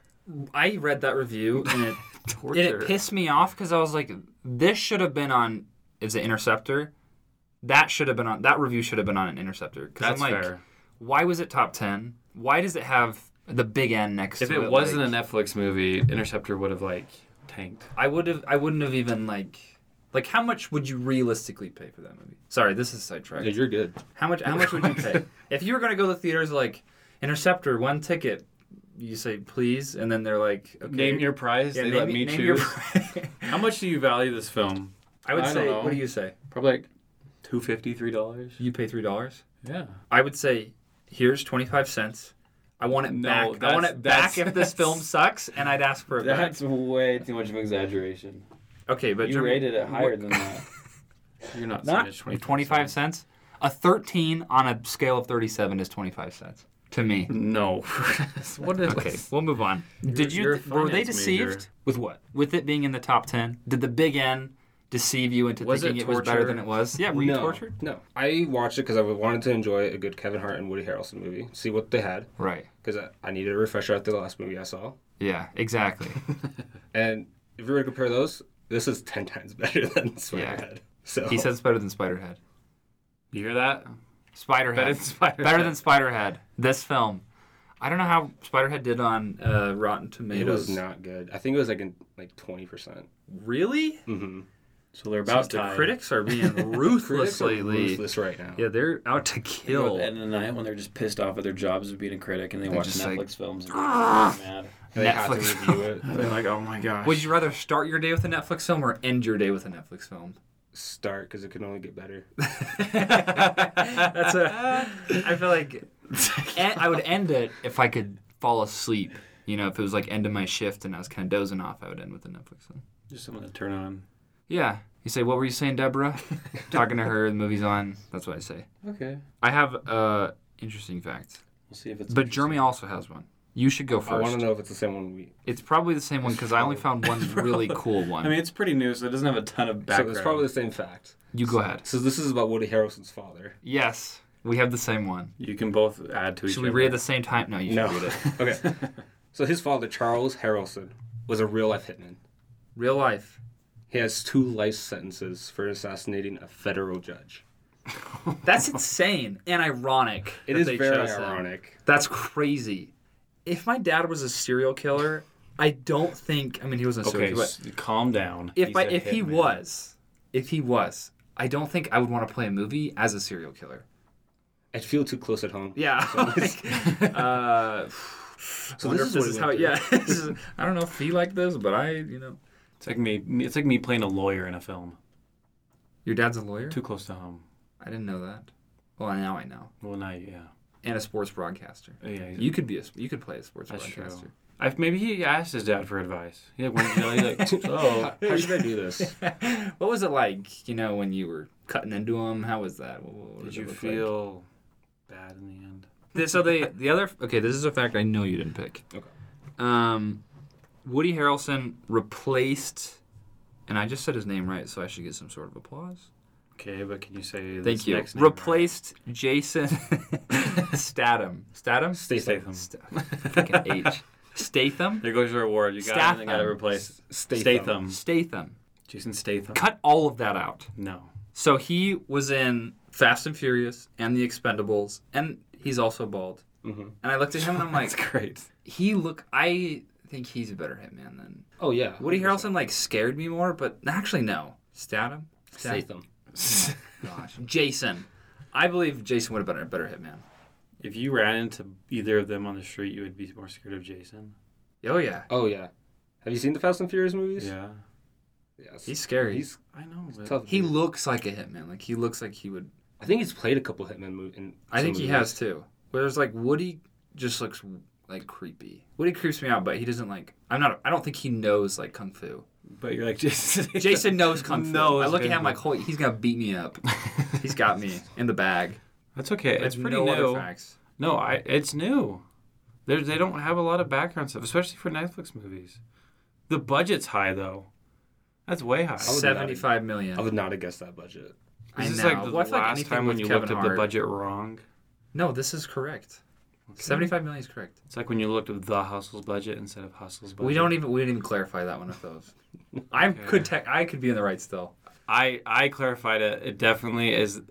[SPEAKER 8] I read that review and it
[SPEAKER 2] Torture.
[SPEAKER 3] it, it pissed me off because I was like, this should have been on is it Interceptor? That should have been on that review should have been on an Interceptor. Because I'm
[SPEAKER 2] That's
[SPEAKER 3] like,
[SPEAKER 2] fair.
[SPEAKER 3] why was it top ten? Why does it have the big N next
[SPEAKER 2] If
[SPEAKER 3] to it?
[SPEAKER 2] it wasn't
[SPEAKER 3] like,
[SPEAKER 2] a Netflix movie, Interceptor would have, like, tanked.
[SPEAKER 3] I would have I wouldn't have
[SPEAKER 8] even like like how much would you realistically pay for that movie? Sorry, this is sidetracked.
[SPEAKER 4] Yeah, you're good.
[SPEAKER 8] How much? How much would you pay if you were going to go to the theaters? Like Interceptor, one ticket. You say please, and then they're like, okay.
[SPEAKER 2] Name your prize.
[SPEAKER 8] Yeah,
[SPEAKER 2] they
[SPEAKER 8] name
[SPEAKER 2] let
[SPEAKER 8] y-
[SPEAKER 2] me
[SPEAKER 8] name your
[SPEAKER 2] choose.
[SPEAKER 8] price.
[SPEAKER 2] How much do you value this film?
[SPEAKER 8] I would
[SPEAKER 2] I don't
[SPEAKER 8] say.
[SPEAKER 2] know.
[SPEAKER 8] What do you say?
[SPEAKER 2] Probably like two fifty, three dollars.
[SPEAKER 8] You pay three dollars.
[SPEAKER 2] Yeah.
[SPEAKER 8] I would say, here's twenty five cents. I want it
[SPEAKER 2] No,
[SPEAKER 8] back. I want
[SPEAKER 2] that's-
[SPEAKER 8] it back
[SPEAKER 2] that's-
[SPEAKER 8] if this film sucks, and I'd ask for it back.
[SPEAKER 2] way too much of an exaggeration.
[SPEAKER 8] Okay, but Jeremy- what-
[SPEAKER 2] than that. You're not,
[SPEAKER 3] Not
[SPEAKER 2] saying it's
[SPEAKER 3] 25 cents. A 13 on a scale of 37 is 25 cents to me.
[SPEAKER 2] No. what is
[SPEAKER 3] Okay, we'll move on. Did
[SPEAKER 2] you're
[SPEAKER 3] you
[SPEAKER 2] a
[SPEAKER 3] were they
[SPEAKER 2] finance
[SPEAKER 3] deceived
[SPEAKER 2] major.
[SPEAKER 4] With what?
[SPEAKER 3] with it being in the top 10? Did the Big N deceive you into
[SPEAKER 2] Was
[SPEAKER 3] thinking
[SPEAKER 2] it
[SPEAKER 3] it, was better
[SPEAKER 2] torture?
[SPEAKER 3] than it was? Yeah, were you
[SPEAKER 4] no,
[SPEAKER 3] tortured?
[SPEAKER 4] No. I watched it because I wanted to enjoy a good Kevin Hart and Woody Harrelson movie, see what they had,
[SPEAKER 3] Right.
[SPEAKER 4] because I, I needed a refresher after the last movie I saw.
[SPEAKER 3] Yeah, exactly.
[SPEAKER 4] And if you were to compare those, this is 10 times better than Spiderhead.
[SPEAKER 3] Yeah.
[SPEAKER 4] So
[SPEAKER 3] he says it's better than Spiderhead.
[SPEAKER 2] You hear that?
[SPEAKER 3] Spiderhead.
[SPEAKER 2] Better than Spider.
[SPEAKER 3] Better than Spiderhead. This film. I don't know how Spiderhead did on
[SPEAKER 8] uh, Rotten
[SPEAKER 4] it
[SPEAKER 8] Tomatoes.
[SPEAKER 4] was not good. I think it was like in, like 20%.
[SPEAKER 8] Really?
[SPEAKER 4] Mm-hmm.
[SPEAKER 2] So they're about
[SPEAKER 8] The critics are being ruthless
[SPEAKER 4] Critics are
[SPEAKER 8] lately.
[SPEAKER 4] ruthless right now.
[SPEAKER 8] Yeah, they're out to kill.
[SPEAKER 6] Ed and I when they're just pissed off at their jobs of being a critic and they watch
[SPEAKER 3] just like, "Ah!"
[SPEAKER 6] Netflix films and they're mad.
[SPEAKER 4] They had to
[SPEAKER 3] Netflix.
[SPEAKER 4] review it.
[SPEAKER 2] They're like, oh my gosh.
[SPEAKER 8] Would you rather start your day with a Netflix film or end your day with a Netflix film?
[SPEAKER 4] Start because it can only get better.
[SPEAKER 8] That's a. I feel like
[SPEAKER 3] en- I would end it if I could fall asleep. You know, if it was like end of my shift and I was kind of dozing off, I would end with a Netflix film.
[SPEAKER 6] Just someone to turn on.
[SPEAKER 3] Yeah. You say, what were you saying, Deborah? Talking to her, the movie's on. That's what I say.
[SPEAKER 6] Okay.
[SPEAKER 3] I have a interesting fact,
[SPEAKER 6] We'll see if it's.
[SPEAKER 3] but Jeremy also has one. You should go
[SPEAKER 4] I want to
[SPEAKER 3] first.
[SPEAKER 4] know if it's the same one we.
[SPEAKER 3] It's probably the same one because I only found one really cool one.
[SPEAKER 2] I mean, it's pretty new, so it doesn't have a ton of
[SPEAKER 4] So
[SPEAKER 2] background.
[SPEAKER 4] it's probably the same fact.
[SPEAKER 3] you go ahead.
[SPEAKER 4] So this is about Woody Harrelson's father.
[SPEAKER 3] Yes, we have the same one.
[SPEAKER 2] You can both add to each
[SPEAKER 3] Should we
[SPEAKER 2] other.
[SPEAKER 3] read at the same time? No, you should
[SPEAKER 4] No.
[SPEAKER 3] read it.
[SPEAKER 4] okay. So his father, Charles Harrelson, was a real life hitman.
[SPEAKER 8] real life.
[SPEAKER 4] He has two life sentences for assassinating a federal judge.
[SPEAKER 8] That's insane and ironic.
[SPEAKER 4] It
[SPEAKER 8] that
[SPEAKER 4] is
[SPEAKER 8] they
[SPEAKER 4] very
[SPEAKER 8] chose him.
[SPEAKER 4] ironic.
[SPEAKER 8] That's crazy. If my dad was a serial killer,
[SPEAKER 3] I don't think. I mean, he wasn't.
[SPEAKER 2] Okay,
[SPEAKER 3] Okay. But
[SPEAKER 2] s- calm down.
[SPEAKER 3] if
[SPEAKER 2] He's
[SPEAKER 3] I,
[SPEAKER 2] a
[SPEAKER 3] if he
[SPEAKER 2] hitman.
[SPEAKER 3] was, if he was, I don't think I would want to play a movie as a serial killer.
[SPEAKER 4] I'd feel too close at home.
[SPEAKER 3] Yeah. like, uh,
[SPEAKER 4] So
[SPEAKER 3] wonder if this
[SPEAKER 4] this is what
[SPEAKER 3] is
[SPEAKER 4] he
[SPEAKER 3] how.
[SPEAKER 4] went
[SPEAKER 3] Yeah. this is- I don't know if he liked this, but I, you know,
[SPEAKER 2] it's like me. It's like me playing a lawyer in a film.
[SPEAKER 3] your dad's a lawyer.
[SPEAKER 2] Too close to home.
[SPEAKER 3] I didn't know that. Well, now I know.
[SPEAKER 2] Well, now, yeah,
[SPEAKER 3] And a sports broadcaster.
[SPEAKER 2] yeah. he's-
[SPEAKER 3] You could be a. You could play a sports
[SPEAKER 2] That's true.
[SPEAKER 3] broadcaster.
[SPEAKER 2] I, maybe he asked his dad for advice. He like, went, you know, he's like, oh,
[SPEAKER 4] How should I do this?
[SPEAKER 3] What was it like? You know, when you were cutting into him. How was that? What, what- what
[SPEAKER 2] did
[SPEAKER 3] it
[SPEAKER 2] you
[SPEAKER 3] look like?
[SPEAKER 2] feel bad in the end?
[SPEAKER 3] Th- so they the other okay this is a fact i know you didn't pick
[SPEAKER 4] Okay.
[SPEAKER 3] um woody harrelson replaced and i just said his name right so i should get some sort of applause
[SPEAKER 2] Okay, but can you say
[SPEAKER 3] thank
[SPEAKER 2] this
[SPEAKER 3] you
[SPEAKER 2] Next name right?
[SPEAKER 3] replaced jason statham statham
[SPEAKER 4] Stay safe.
[SPEAKER 2] Statham.
[SPEAKER 3] St- freaking h statham
[SPEAKER 2] There goes your award. You got
[SPEAKER 3] Statham.
[SPEAKER 2] it. Got to replace
[SPEAKER 4] Stay
[SPEAKER 2] Statham.
[SPEAKER 3] statham
[SPEAKER 2] Jason Statham.
[SPEAKER 3] cut all of that out
[SPEAKER 2] No.
[SPEAKER 3] so he was in fast and furious and the expendables and he's also bald
[SPEAKER 4] Mm-hmm.
[SPEAKER 3] and i looked at him and i'm like
[SPEAKER 2] That's great.
[SPEAKER 3] he look i think he's a better hitman than
[SPEAKER 4] Oh yeah.
[SPEAKER 3] woody harrelson like scared me more but actually no statham
[SPEAKER 4] Statham.
[SPEAKER 3] gosh jason i believe jason would have been a better hitman
[SPEAKER 2] If you ran into either of them on the street, you would be more scared of Jason.
[SPEAKER 3] oh yeah
[SPEAKER 4] Oh yeah. Have you seen the Fast and Furious movies?
[SPEAKER 2] Yeah.
[SPEAKER 4] Yes.
[SPEAKER 3] he's scary
[SPEAKER 4] He's
[SPEAKER 2] I know. But
[SPEAKER 4] tough.
[SPEAKER 3] he
[SPEAKER 4] dude.
[SPEAKER 3] looks like a hitman like he looks like he would
[SPEAKER 4] I think he's played a couple Hitman movies. In
[SPEAKER 3] i
[SPEAKER 4] some
[SPEAKER 3] think he
[SPEAKER 4] movies.
[SPEAKER 3] has too whereas like woody just looks like creepy woody creeps me out but he doesn't like i'm not i don't think he knows like kung fu
[SPEAKER 2] But you're like Jason. Statham.
[SPEAKER 3] jason knows kung fu
[SPEAKER 2] No,
[SPEAKER 3] i
[SPEAKER 2] it's
[SPEAKER 3] look at
[SPEAKER 2] good.
[SPEAKER 3] him like holy he's gonna beat me up he's got me in the bag
[SPEAKER 2] That's okay.
[SPEAKER 3] That's
[SPEAKER 2] It's pretty
[SPEAKER 3] no
[SPEAKER 2] new.
[SPEAKER 3] other facts
[SPEAKER 2] No, I. It's new. There, they don't have a lot of background stuff, especially for Netflix movies. The budget's high though. That's way high.
[SPEAKER 4] would
[SPEAKER 3] Seventy-five million.
[SPEAKER 4] I would not have guessed that budget.
[SPEAKER 3] I
[SPEAKER 2] This is
[SPEAKER 3] know.
[SPEAKER 2] like the
[SPEAKER 3] Well, I feel like
[SPEAKER 2] last
[SPEAKER 3] anything
[SPEAKER 2] time when
[SPEAKER 3] with
[SPEAKER 2] you
[SPEAKER 3] Kevin
[SPEAKER 2] looked up the
[SPEAKER 3] Hart-
[SPEAKER 2] budget wrong.
[SPEAKER 3] No, this is correct. Seventy-five million is correct.
[SPEAKER 2] It's like when you looked up the Hustle's budget instead of Hustle's budget.
[SPEAKER 3] We don't even we didn't even clarify that one of those. I could tech. I could be in the right still.
[SPEAKER 2] I I clarified it. It definitely is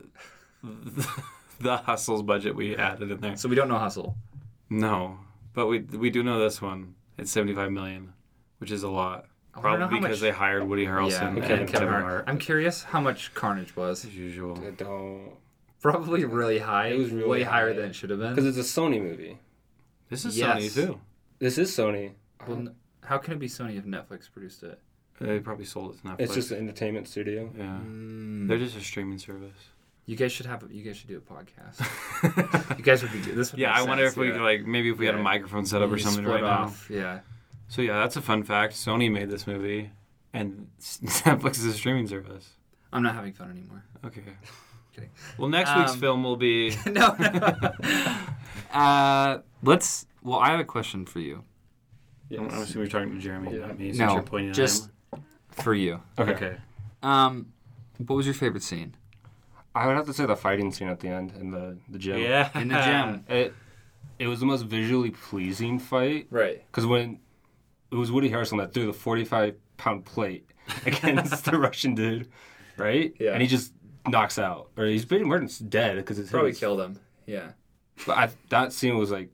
[SPEAKER 2] the Hustle's budget we added in there.
[SPEAKER 3] So we don't know hustle.
[SPEAKER 2] No, but we we do know this one. It's seventy five million, which is a lot.
[SPEAKER 3] I wanna know
[SPEAKER 2] Probably
[SPEAKER 3] how
[SPEAKER 2] because
[SPEAKER 3] much-
[SPEAKER 2] they hired Woody
[SPEAKER 3] yeah,
[SPEAKER 2] Harrelson
[SPEAKER 3] and
[SPEAKER 2] and
[SPEAKER 3] Kevin Hart.
[SPEAKER 2] Hart
[SPEAKER 3] I'm curious how much Carnage was.
[SPEAKER 2] as usual.
[SPEAKER 3] Oh.
[SPEAKER 4] I don't.
[SPEAKER 3] Probably really high.
[SPEAKER 4] It was really
[SPEAKER 3] way higher
[SPEAKER 4] high.
[SPEAKER 3] than it should have been.
[SPEAKER 4] Because it's a Sony movie.
[SPEAKER 2] This is
[SPEAKER 3] Yes.
[SPEAKER 2] Sony too.
[SPEAKER 4] This is Sony.
[SPEAKER 3] Well, n- how can it be Sony if Netflix produced it?
[SPEAKER 2] They probably sold it to Netflix.
[SPEAKER 4] It's just an entertainment studio.
[SPEAKER 2] yeah.
[SPEAKER 3] Mm.
[SPEAKER 2] They're just a streaming service.
[SPEAKER 3] You guys should have. A, you guys should do a podcast. you guys would be good. This. Would
[SPEAKER 2] yeah,
[SPEAKER 3] make
[SPEAKER 2] I wonder
[SPEAKER 3] sense,
[SPEAKER 2] if we
[SPEAKER 3] yeah.
[SPEAKER 2] could like maybe if we had
[SPEAKER 3] Yeah.
[SPEAKER 2] a microphone set up or
[SPEAKER 3] You
[SPEAKER 2] something
[SPEAKER 3] split
[SPEAKER 2] right now.
[SPEAKER 3] off. Yeah.
[SPEAKER 2] So yeah, that's a fun fact. Sony made this movie, and Netflix is a streaming service.
[SPEAKER 3] I'm not having fun anymore.
[SPEAKER 2] Okay.
[SPEAKER 3] Kidding.
[SPEAKER 2] Well, next week's
[SPEAKER 3] Um,
[SPEAKER 2] film will be
[SPEAKER 3] no. uh, let's. Well, I have a question for you.
[SPEAKER 2] I'm I'm assuming you're talking to Jeremy,
[SPEAKER 4] Yeah.
[SPEAKER 2] not me. Since
[SPEAKER 3] No,
[SPEAKER 2] you're pointing
[SPEAKER 3] just
[SPEAKER 2] at
[SPEAKER 3] for you.
[SPEAKER 2] him.
[SPEAKER 4] Okay.
[SPEAKER 3] Um, what was your favorite scene
[SPEAKER 4] I would have to say the fighting scene at the end in the the gym.
[SPEAKER 2] Yeah.
[SPEAKER 3] in the gym?
[SPEAKER 4] It it was the most visually pleasing fight
[SPEAKER 3] right.
[SPEAKER 4] because when it was Woody Harrelson that threw the 45 pound plate against the Russian dude, right?
[SPEAKER 3] Yeah.
[SPEAKER 4] And he just knocks out, or he's pretty much dead because it's
[SPEAKER 3] Probably
[SPEAKER 4] his.
[SPEAKER 3] killed him. Yeah.
[SPEAKER 4] But I, that scene was like,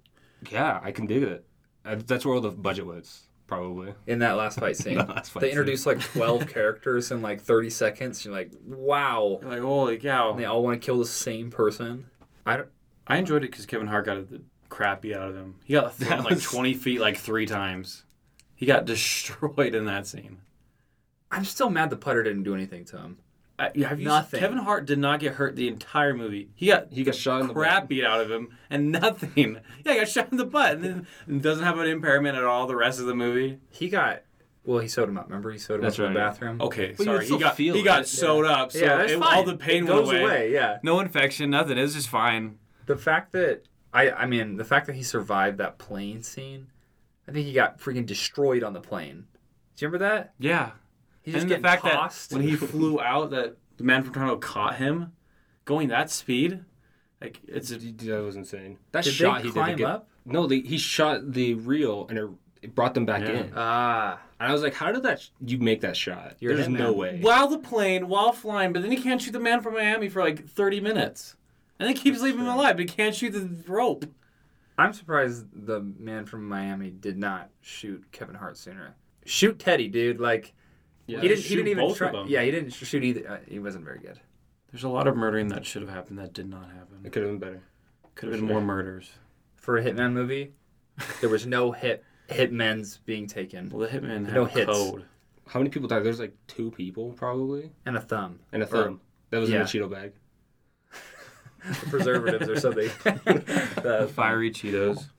[SPEAKER 4] yeah, I can dig it. I, that's where all the budget was probably.
[SPEAKER 3] In that last fight scene,
[SPEAKER 4] The last fight
[SPEAKER 3] they
[SPEAKER 4] scene.
[SPEAKER 3] introduced like 12 characters in like 30 seconds. You're like, wow.
[SPEAKER 2] Like holy cow!
[SPEAKER 3] And they all want to kill the same person. I don't.
[SPEAKER 2] I enjoyed it because Kevin Hart got the crap beat out of him. He got thrown like
[SPEAKER 4] was-
[SPEAKER 2] 20 feet like three times. He got destroyed in that scene.
[SPEAKER 3] I'm still mad the putter didn't do anything to him.
[SPEAKER 2] I, have you
[SPEAKER 3] Nothing.
[SPEAKER 2] Kevin Hart did not get hurt the entire movie. He got
[SPEAKER 4] He got shot in the
[SPEAKER 2] crap beat out of him and nothing. Yeah, he got shot in the butt and then and doesn't have an impairment at all the rest of the movie.
[SPEAKER 3] He got. Well, he sewed him up. Remember, he sewed him
[SPEAKER 4] That's
[SPEAKER 3] up in the
[SPEAKER 4] right.
[SPEAKER 3] bathroom.
[SPEAKER 2] Okay,
[SPEAKER 4] you would
[SPEAKER 2] sorry. He
[SPEAKER 4] still
[SPEAKER 2] got
[SPEAKER 4] feel
[SPEAKER 2] he
[SPEAKER 4] it.
[SPEAKER 2] got sewed up, Oh, so
[SPEAKER 3] yeah, that's
[SPEAKER 2] it-
[SPEAKER 3] fine.
[SPEAKER 2] all the pain
[SPEAKER 3] it
[SPEAKER 2] went
[SPEAKER 3] goes away. Yeah.
[SPEAKER 2] No infection, nothing. It was just fine.
[SPEAKER 3] The fact that I I mean the fact that he survived that plane scene, I think he got freaking destroyed on the plane. Do you remember that?
[SPEAKER 2] Yeah.
[SPEAKER 3] He's
[SPEAKER 2] and the
[SPEAKER 3] getting
[SPEAKER 2] fact
[SPEAKER 3] tossed.
[SPEAKER 2] that when he flew out, that the man from Toronto caught him, going that speed, like it's a,
[SPEAKER 4] Dude, that was insane. That
[SPEAKER 3] did
[SPEAKER 4] shot
[SPEAKER 3] they
[SPEAKER 4] he did.
[SPEAKER 3] climb
[SPEAKER 4] to get-
[SPEAKER 3] up?
[SPEAKER 4] No, they, he shot the reel and it, it brought them back
[SPEAKER 2] Yeah.
[SPEAKER 4] in.
[SPEAKER 3] Ah,
[SPEAKER 4] And I was like, how did that? Sh- you make that shot?
[SPEAKER 3] You're a
[SPEAKER 4] There's no
[SPEAKER 3] hitman.
[SPEAKER 4] way.
[SPEAKER 2] while the plane while flying, but then he can't shoot the man from Miami for like 30 minutes, and then keeps leaving him alive, but he can't shoot the rope.
[SPEAKER 9] I'm surprised the man from Miami did not shoot Kevin Hart sooner. Shoot Teddy, dude. Like
[SPEAKER 1] Yeah,
[SPEAKER 9] he didn't. He
[SPEAKER 1] shoot
[SPEAKER 9] didn't even
[SPEAKER 1] both
[SPEAKER 9] try.
[SPEAKER 1] of them.
[SPEAKER 9] Yeah, he didn't sh- shoot either. Uh, he wasn't very good.
[SPEAKER 1] There's a lot of murdering that should have happened that did not happen.
[SPEAKER 4] It could have been better.
[SPEAKER 1] Could have been more murders.
[SPEAKER 9] For a hitman movie, there was no hit hitmen's being taken
[SPEAKER 1] Well, the hitman had
[SPEAKER 9] No
[SPEAKER 1] a
[SPEAKER 9] hits.
[SPEAKER 1] code.
[SPEAKER 4] How many people died? There's like two people probably,
[SPEAKER 9] and a thumb,
[SPEAKER 4] and a thumb that was in
[SPEAKER 9] yeah.
[SPEAKER 4] a Cheeto bag.
[SPEAKER 9] preservatives or something. Uh,
[SPEAKER 2] Fiery Cheetos.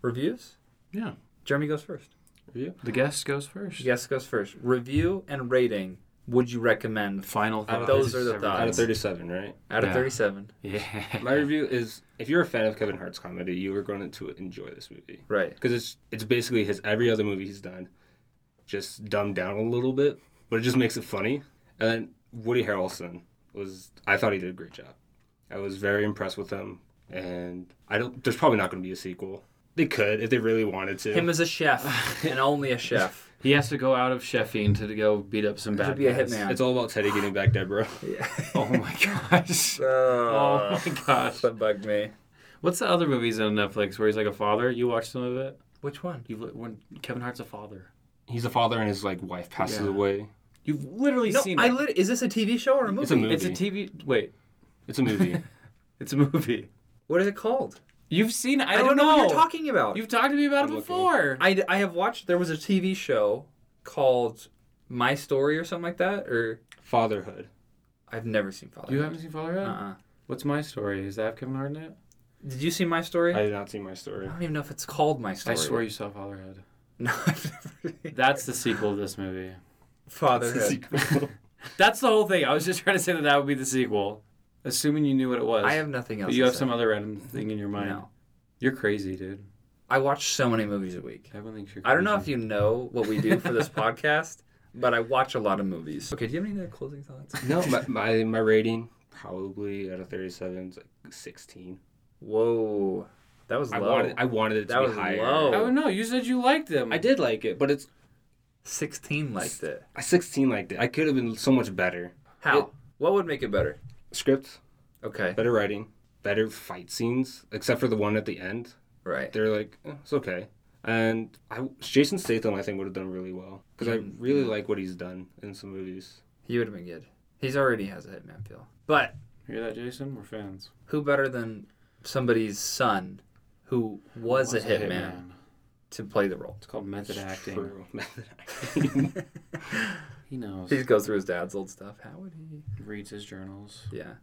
[SPEAKER 9] reviews.
[SPEAKER 1] Yeah.
[SPEAKER 9] Jeremy goes first.
[SPEAKER 1] The guest goes first.
[SPEAKER 9] Yes, goes first. Review and rating. Would you recommend
[SPEAKER 2] Final
[SPEAKER 1] Out of
[SPEAKER 2] thoughts.
[SPEAKER 9] Uh, Those are the
[SPEAKER 2] Everything.
[SPEAKER 4] Out of
[SPEAKER 9] thoughts.
[SPEAKER 4] 37, right?
[SPEAKER 9] out of
[SPEAKER 2] Yeah.
[SPEAKER 9] thirty-seven?
[SPEAKER 2] Yeah.
[SPEAKER 4] My review is: if you're a fan of Kevin Hart's comedy, you are going to enjoy this movie
[SPEAKER 9] Right.
[SPEAKER 4] because it's it's basically his every other movie he's done, just dumbed down a little bit, but it just makes it funny. And then Woody Harrelson was I thought he did a great job. I was very impressed with him, and I don't. There's probably not going to be a sequel. They could if they really wanted to.
[SPEAKER 9] Him as a chef, and only a chef.
[SPEAKER 2] He has to go out of chefing to go beat up some
[SPEAKER 9] He should
[SPEAKER 2] bad
[SPEAKER 9] be a
[SPEAKER 2] guys.
[SPEAKER 9] hitman.
[SPEAKER 4] it's all about Teddy getting back Deborah.
[SPEAKER 9] Yeah.
[SPEAKER 2] Oh my gosh.
[SPEAKER 9] oh
[SPEAKER 2] oh my gosh.
[SPEAKER 9] That bugged me.
[SPEAKER 2] What's the other movies on Netflix where he's like a father? You watched some of it?
[SPEAKER 9] Which one?
[SPEAKER 2] You when Kevin Hart's a father.
[SPEAKER 4] He's a father, and his like wife passes
[SPEAKER 2] Yeah.
[SPEAKER 4] away.
[SPEAKER 2] You've literally
[SPEAKER 9] No,
[SPEAKER 2] seen
[SPEAKER 9] I
[SPEAKER 2] it.
[SPEAKER 9] lit- is this a TV show or a movie?
[SPEAKER 4] It's a movie.
[SPEAKER 2] It's a TV. Wait,
[SPEAKER 4] It's a movie.
[SPEAKER 2] it's a movie.
[SPEAKER 9] What is it called?
[SPEAKER 2] You've seen. I,
[SPEAKER 9] I don't, know. what you're talking about.
[SPEAKER 2] You've talked to me about
[SPEAKER 4] I'm
[SPEAKER 2] it
[SPEAKER 4] looking.
[SPEAKER 2] before.
[SPEAKER 9] I, I have watched. There was a TV show called My Story or something like that. Or
[SPEAKER 4] Fatherhood.
[SPEAKER 9] I've never seen Father.
[SPEAKER 2] You haven't seen Father Yet?
[SPEAKER 9] Uh. uh
[SPEAKER 2] What's my story? Is that have Kevin Hart in it?
[SPEAKER 9] Did you see My Story?
[SPEAKER 4] I
[SPEAKER 9] I,
[SPEAKER 4] did not see my story.
[SPEAKER 9] don't even know if it's called My Story.
[SPEAKER 2] I swear you saw Fatherhood.
[SPEAKER 9] No, I've never. seen
[SPEAKER 2] That's the sequel of this movie.
[SPEAKER 9] Fatherhood.
[SPEAKER 2] That's the whole thing. I was just trying to say that that would be the sequel, assuming you knew what it was.
[SPEAKER 9] I have nothing else.
[SPEAKER 2] But you
[SPEAKER 9] to
[SPEAKER 2] have
[SPEAKER 9] say.
[SPEAKER 2] some other random thing in your mind.
[SPEAKER 9] No.
[SPEAKER 2] You're crazy, dude.
[SPEAKER 9] I watch so many movies a week.
[SPEAKER 2] Everyone thinks you're. Crazy.
[SPEAKER 9] I don't know if you know what we do for this podcast, but I watch a lot of movies. Okay, do you have any other closing thoughts?
[SPEAKER 4] no, my, my my rating probably out of 37 is like 16.
[SPEAKER 9] Whoa, that was low.
[SPEAKER 4] I wanted I wanted it to
[SPEAKER 9] That
[SPEAKER 4] be
[SPEAKER 9] was
[SPEAKER 4] higher.
[SPEAKER 9] low.
[SPEAKER 2] Oh no! You said you liked them.
[SPEAKER 4] I did like it, but it's
[SPEAKER 9] Sixteen liked it.
[SPEAKER 4] I 16 liked it. I could have been so much better.
[SPEAKER 9] How?
[SPEAKER 4] It-
[SPEAKER 9] what would make it better?
[SPEAKER 4] Script,
[SPEAKER 9] Okay,
[SPEAKER 4] better writing, better fight scenes, except for the one at the end.
[SPEAKER 9] right.
[SPEAKER 4] They're like eh, it's okay. And I, Jason Statham, I think, would have done really well because I
[SPEAKER 9] Mm,
[SPEAKER 4] really
[SPEAKER 9] yeah.
[SPEAKER 4] like what he's done in some movies.
[SPEAKER 9] He would have been good. He's already has a hitman feel. But
[SPEAKER 2] Hear that, Jason? We're fans.
[SPEAKER 9] who better than somebody's son, who was, a, hitman, to play the role?
[SPEAKER 2] It's called method acting.
[SPEAKER 4] True. Method
[SPEAKER 2] He knows.
[SPEAKER 9] He goes through his dad's old stuff. How would he?
[SPEAKER 2] reads his journals.
[SPEAKER 9] Yeah.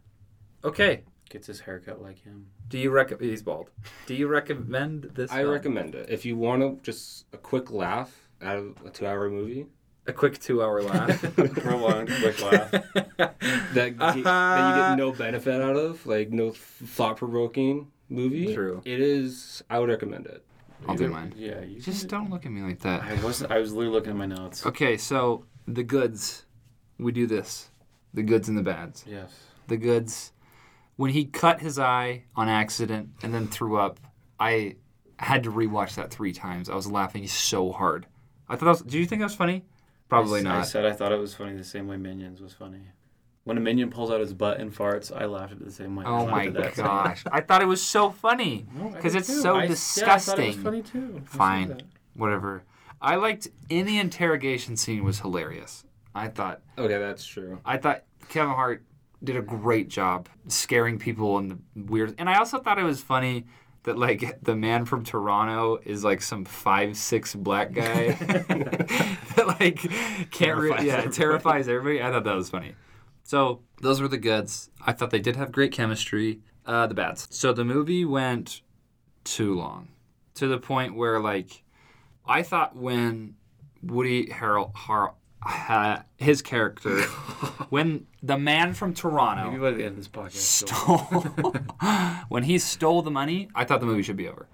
[SPEAKER 9] Okay.
[SPEAKER 2] Gets his haircut like him.
[SPEAKER 9] Do you recommend? He's bald. Do you recommend this?
[SPEAKER 4] I
[SPEAKER 9] film?
[SPEAKER 4] recommend it. If you want to just a quick laugh out of a two hour movie,
[SPEAKER 9] a quick two-hour laugh.
[SPEAKER 1] Prolonged quick laugh.
[SPEAKER 4] that, ge- that you get no benefit out of, like no thought provoking movie,
[SPEAKER 9] True.
[SPEAKER 4] it is, I would recommend it.
[SPEAKER 3] I'll do mine.
[SPEAKER 1] Yeah, you
[SPEAKER 3] Just
[SPEAKER 1] can-
[SPEAKER 3] don't look at me like that.
[SPEAKER 2] I wasn't. I was literally looking at my notes.
[SPEAKER 3] Okay, so the goods. We do this. The goods and the bads.
[SPEAKER 2] Yes.
[SPEAKER 3] The goods. When he cut his eye on accident and then threw up, I had to rewatch that three times. I was laughing so hard. I thought that was. Do you think that was funny? Probably
[SPEAKER 2] I s- I
[SPEAKER 3] not.
[SPEAKER 2] said I thought it was funny the same way Minions was funny. When a minion pulls out his butt and farts, I laughed at the same way. I
[SPEAKER 3] Oh my
[SPEAKER 2] laughed at that scene.
[SPEAKER 3] gosh! I thought it was so funny.
[SPEAKER 2] No, I
[SPEAKER 3] 'Cause
[SPEAKER 2] did
[SPEAKER 3] it's
[SPEAKER 2] too.
[SPEAKER 3] so
[SPEAKER 2] I- yeah, I thought it
[SPEAKER 3] disgusting.
[SPEAKER 2] was funny too. I said
[SPEAKER 3] Fine.
[SPEAKER 2] that.
[SPEAKER 3] Whatever. I liked in the interrogation scene was hilarious. I thought
[SPEAKER 4] Okay, that's true.
[SPEAKER 3] I thought Kevin Hart did a great job scaring people in the weird. And I also thought it was funny that like the man from Toronto is like some five six black guy that like can't re-
[SPEAKER 4] Terrifies
[SPEAKER 3] yeah
[SPEAKER 4] everybody.
[SPEAKER 3] terrifies everybody. I thought that was funny. So those were the goods. I thought they did have great chemistry. Uh, the bads. So the movie went too long, to the point where like I thought when Woody Harrel, Har, ha, his character, when the man from
[SPEAKER 2] Maybe
[SPEAKER 3] Toronto
[SPEAKER 2] by the end of this podcast. Stop.
[SPEAKER 3] stole, when he stole the money, I thought the movie should be over,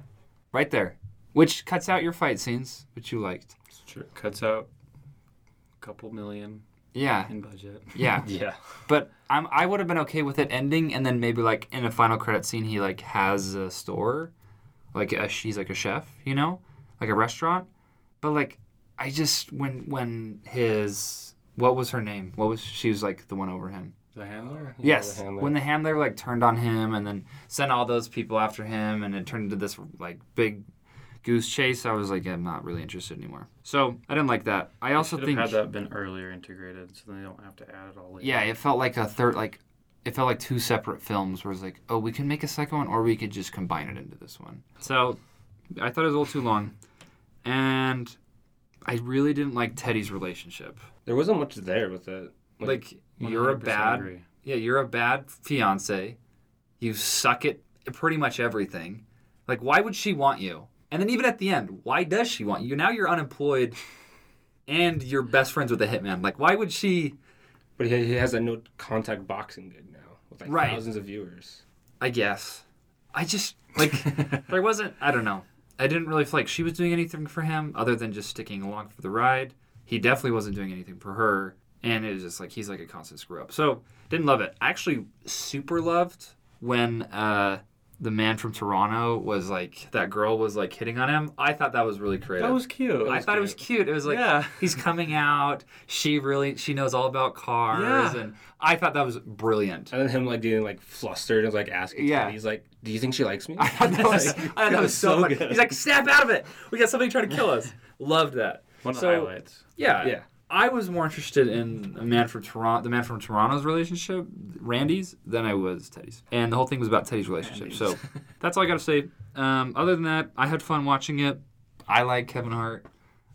[SPEAKER 3] right there, which cuts out your fight scenes, which you liked.
[SPEAKER 2] Cuts out a couple million
[SPEAKER 3] Yeah,
[SPEAKER 2] in budget.
[SPEAKER 3] yeah.
[SPEAKER 4] Yeah.
[SPEAKER 3] But I'm, I would have been okay with it ending, and then maybe like in a final credit scene, he like has a store, like a, she's like a chef, you know, like a restaurant. But like, I just when when his what was her name? What was she was like the one over him?
[SPEAKER 10] The handler?
[SPEAKER 3] Yes,
[SPEAKER 4] the handler.
[SPEAKER 3] when the handler like turned on him and then sent all those people after him, and it turned into this like big goose chase. I was like, I'm not really interested anymore. So I didn't like that. I also
[SPEAKER 10] Should have
[SPEAKER 3] think,
[SPEAKER 10] had that been earlier integrated, so then they don't have to add it all later.
[SPEAKER 3] yeah, it felt like a third, like it felt like two separate films. Where it's like, oh, we can make a second one, or we could just combine it into this one. So I thought it was a little too long, and I really didn't like Teddy's relationship.
[SPEAKER 4] There wasn't much there with it.
[SPEAKER 3] Like you're a
[SPEAKER 10] 100%
[SPEAKER 3] bad
[SPEAKER 10] agree.
[SPEAKER 3] Yeah, you're a bad fiance. You suck at pretty much everything. Like, why would she want you? And then even at the end, why does she want you? Now you're unemployed, and you're best friends with a hitman. Like, why would she?
[SPEAKER 4] But he, he has a no contact boxing gig now with like
[SPEAKER 3] Right.
[SPEAKER 4] thousands of viewers.
[SPEAKER 3] I guess. I just like there wasn't. I don't know. I didn't really feel like she was doing anything for him other than just sticking along for the ride. He definitely wasn't doing anything for her, and it was just like he's like a constant screw up. So didn't love it. I actually super loved when uh, the man from Toronto was like that girl was like hitting on him. I thought that was really creative.
[SPEAKER 2] That was cute.
[SPEAKER 3] I thought it was cute. It was like
[SPEAKER 2] Yeah.
[SPEAKER 3] he's coming out. She really she knows all about cars,
[SPEAKER 2] Yeah.
[SPEAKER 3] and I thought that was brilliant.
[SPEAKER 4] And then him like being like flustered and like asking
[SPEAKER 3] Yeah.
[SPEAKER 4] Teddy, he's like, "Do you think she likes me?"
[SPEAKER 3] I thought that was, I thought that was so,
[SPEAKER 4] so
[SPEAKER 3] funny.
[SPEAKER 4] good.
[SPEAKER 3] He's like, snap out of it. We got somebody trying to kill us. Loved that.
[SPEAKER 10] One of
[SPEAKER 3] So-
[SPEAKER 10] the highlights.
[SPEAKER 3] Yeah.
[SPEAKER 4] Yeah.
[SPEAKER 3] I was more interested in a man from Toronto, the man from Toronto's relationship, Randy's, than I was Teddy's. And the whole thing was about Teddy's relationship. So that's all I got to say. Um, other than that, I had fun watching it. I like Kevin Hart.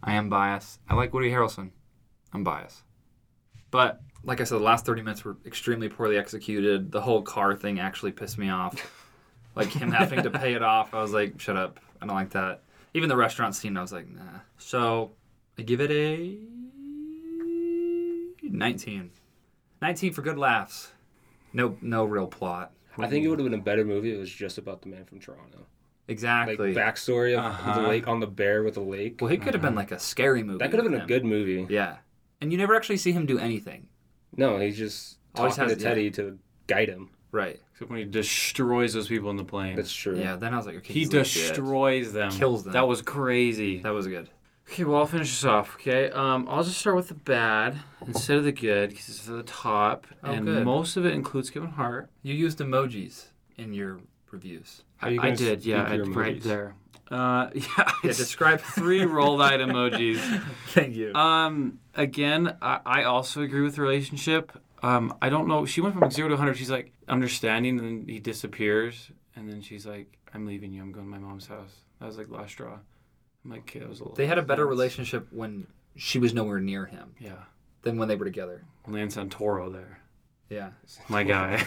[SPEAKER 3] I am biased. I like Woody Harrelson. I'm biased. But like I said, the last 30 minutes were extremely poorly executed. The whole car thing actually pissed me off. Like him having to pay it off, I was like, shut up. I don't like that. Even the restaurant scene, I was like, nah. So I give it a 19. 19 for good laughs. No, no real plot.
[SPEAKER 4] I think it would have been a better movie. if It was just about the man from Toronto, like
[SPEAKER 3] Exactly.
[SPEAKER 4] backstory of
[SPEAKER 2] Uh-huh.
[SPEAKER 4] the lake on the bear with the lake.
[SPEAKER 3] well, it could have been like a scary movie.
[SPEAKER 4] Uh-huh. that could have
[SPEAKER 3] with
[SPEAKER 4] been a
[SPEAKER 3] him.
[SPEAKER 4] good movie.
[SPEAKER 3] Yeah. And you never actually see him do anything.
[SPEAKER 4] No, he's just
[SPEAKER 3] Always
[SPEAKER 4] talking
[SPEAKER 3] has-
[SPEAKER 4] to Teddy to guide him.
[SPEAKER 3] Right.
[SPEAKER 10] Except when he destroys those people in the plane.
[SPEAKER 4] That's true.
[SPEAKER 3] Yeah. Then I was like, okay.
[SPEAKER 10] he
[SPEAKER 3] he's legit.
[SPEAKER 10] destroys them.
[SPEAKER 3] Kills them.
[SPEAKER 10] That was crazy.
[SPEAKER 3] That was good.
[SPEAKER 2] Okay, well, I'll finish this off. Okay, um, I'll just start with the bad instead of the good because it's at the top,
[SPEAKER 3] Oh,
[SPEAKER 2] and
[SPEAKER 3] good.
[SPEAKER 2] most of it includes Kevin Hart.
[SPEAKER 3] You used emojis in your reviews.
[SPEAKER 4] How you
[SPEAKER 2] I
[SPEAKER 4] gonna
[SPEAKER 2] did, yeah,
[SPEAKER 4] speak
[SPEAKER 2] I,
[SPEAKER 4] your
[SPEAKER 2] right
[SPEAKER 4] emojis?
[SPEAKER 2] there. Uh, yeah, I
[SPEAKER 3] Yeah,
[SPEAKER 2] just
[SPEAKER 3] describe Uh,
[SPEAKER 2] three rolled eyed emojis.
[SPEAKER 3] Thank you.
[SPEAKER 2] Um, again, I, I also agree with the relationship. Um, I don't know. She went from zero to 100. She's like understanding, and then he disappears, and then she's like, "I'm leaving you. I'm going to my mom's house." That was like last straw. I'm like, "Okay, that was a little."
[SPEAKER 3] they had a better
[SPEAKER 2] nuts."
[SPEAKER 3] relationship when she was nowhere near him
[SPEAKER 2] Yeah,
[SPEAKER 3] than when they were together.
[SPEAKER 2] Lance Santoro there,
[SPEAKER 3] Yeah.
[SPEAKER 2] my guy.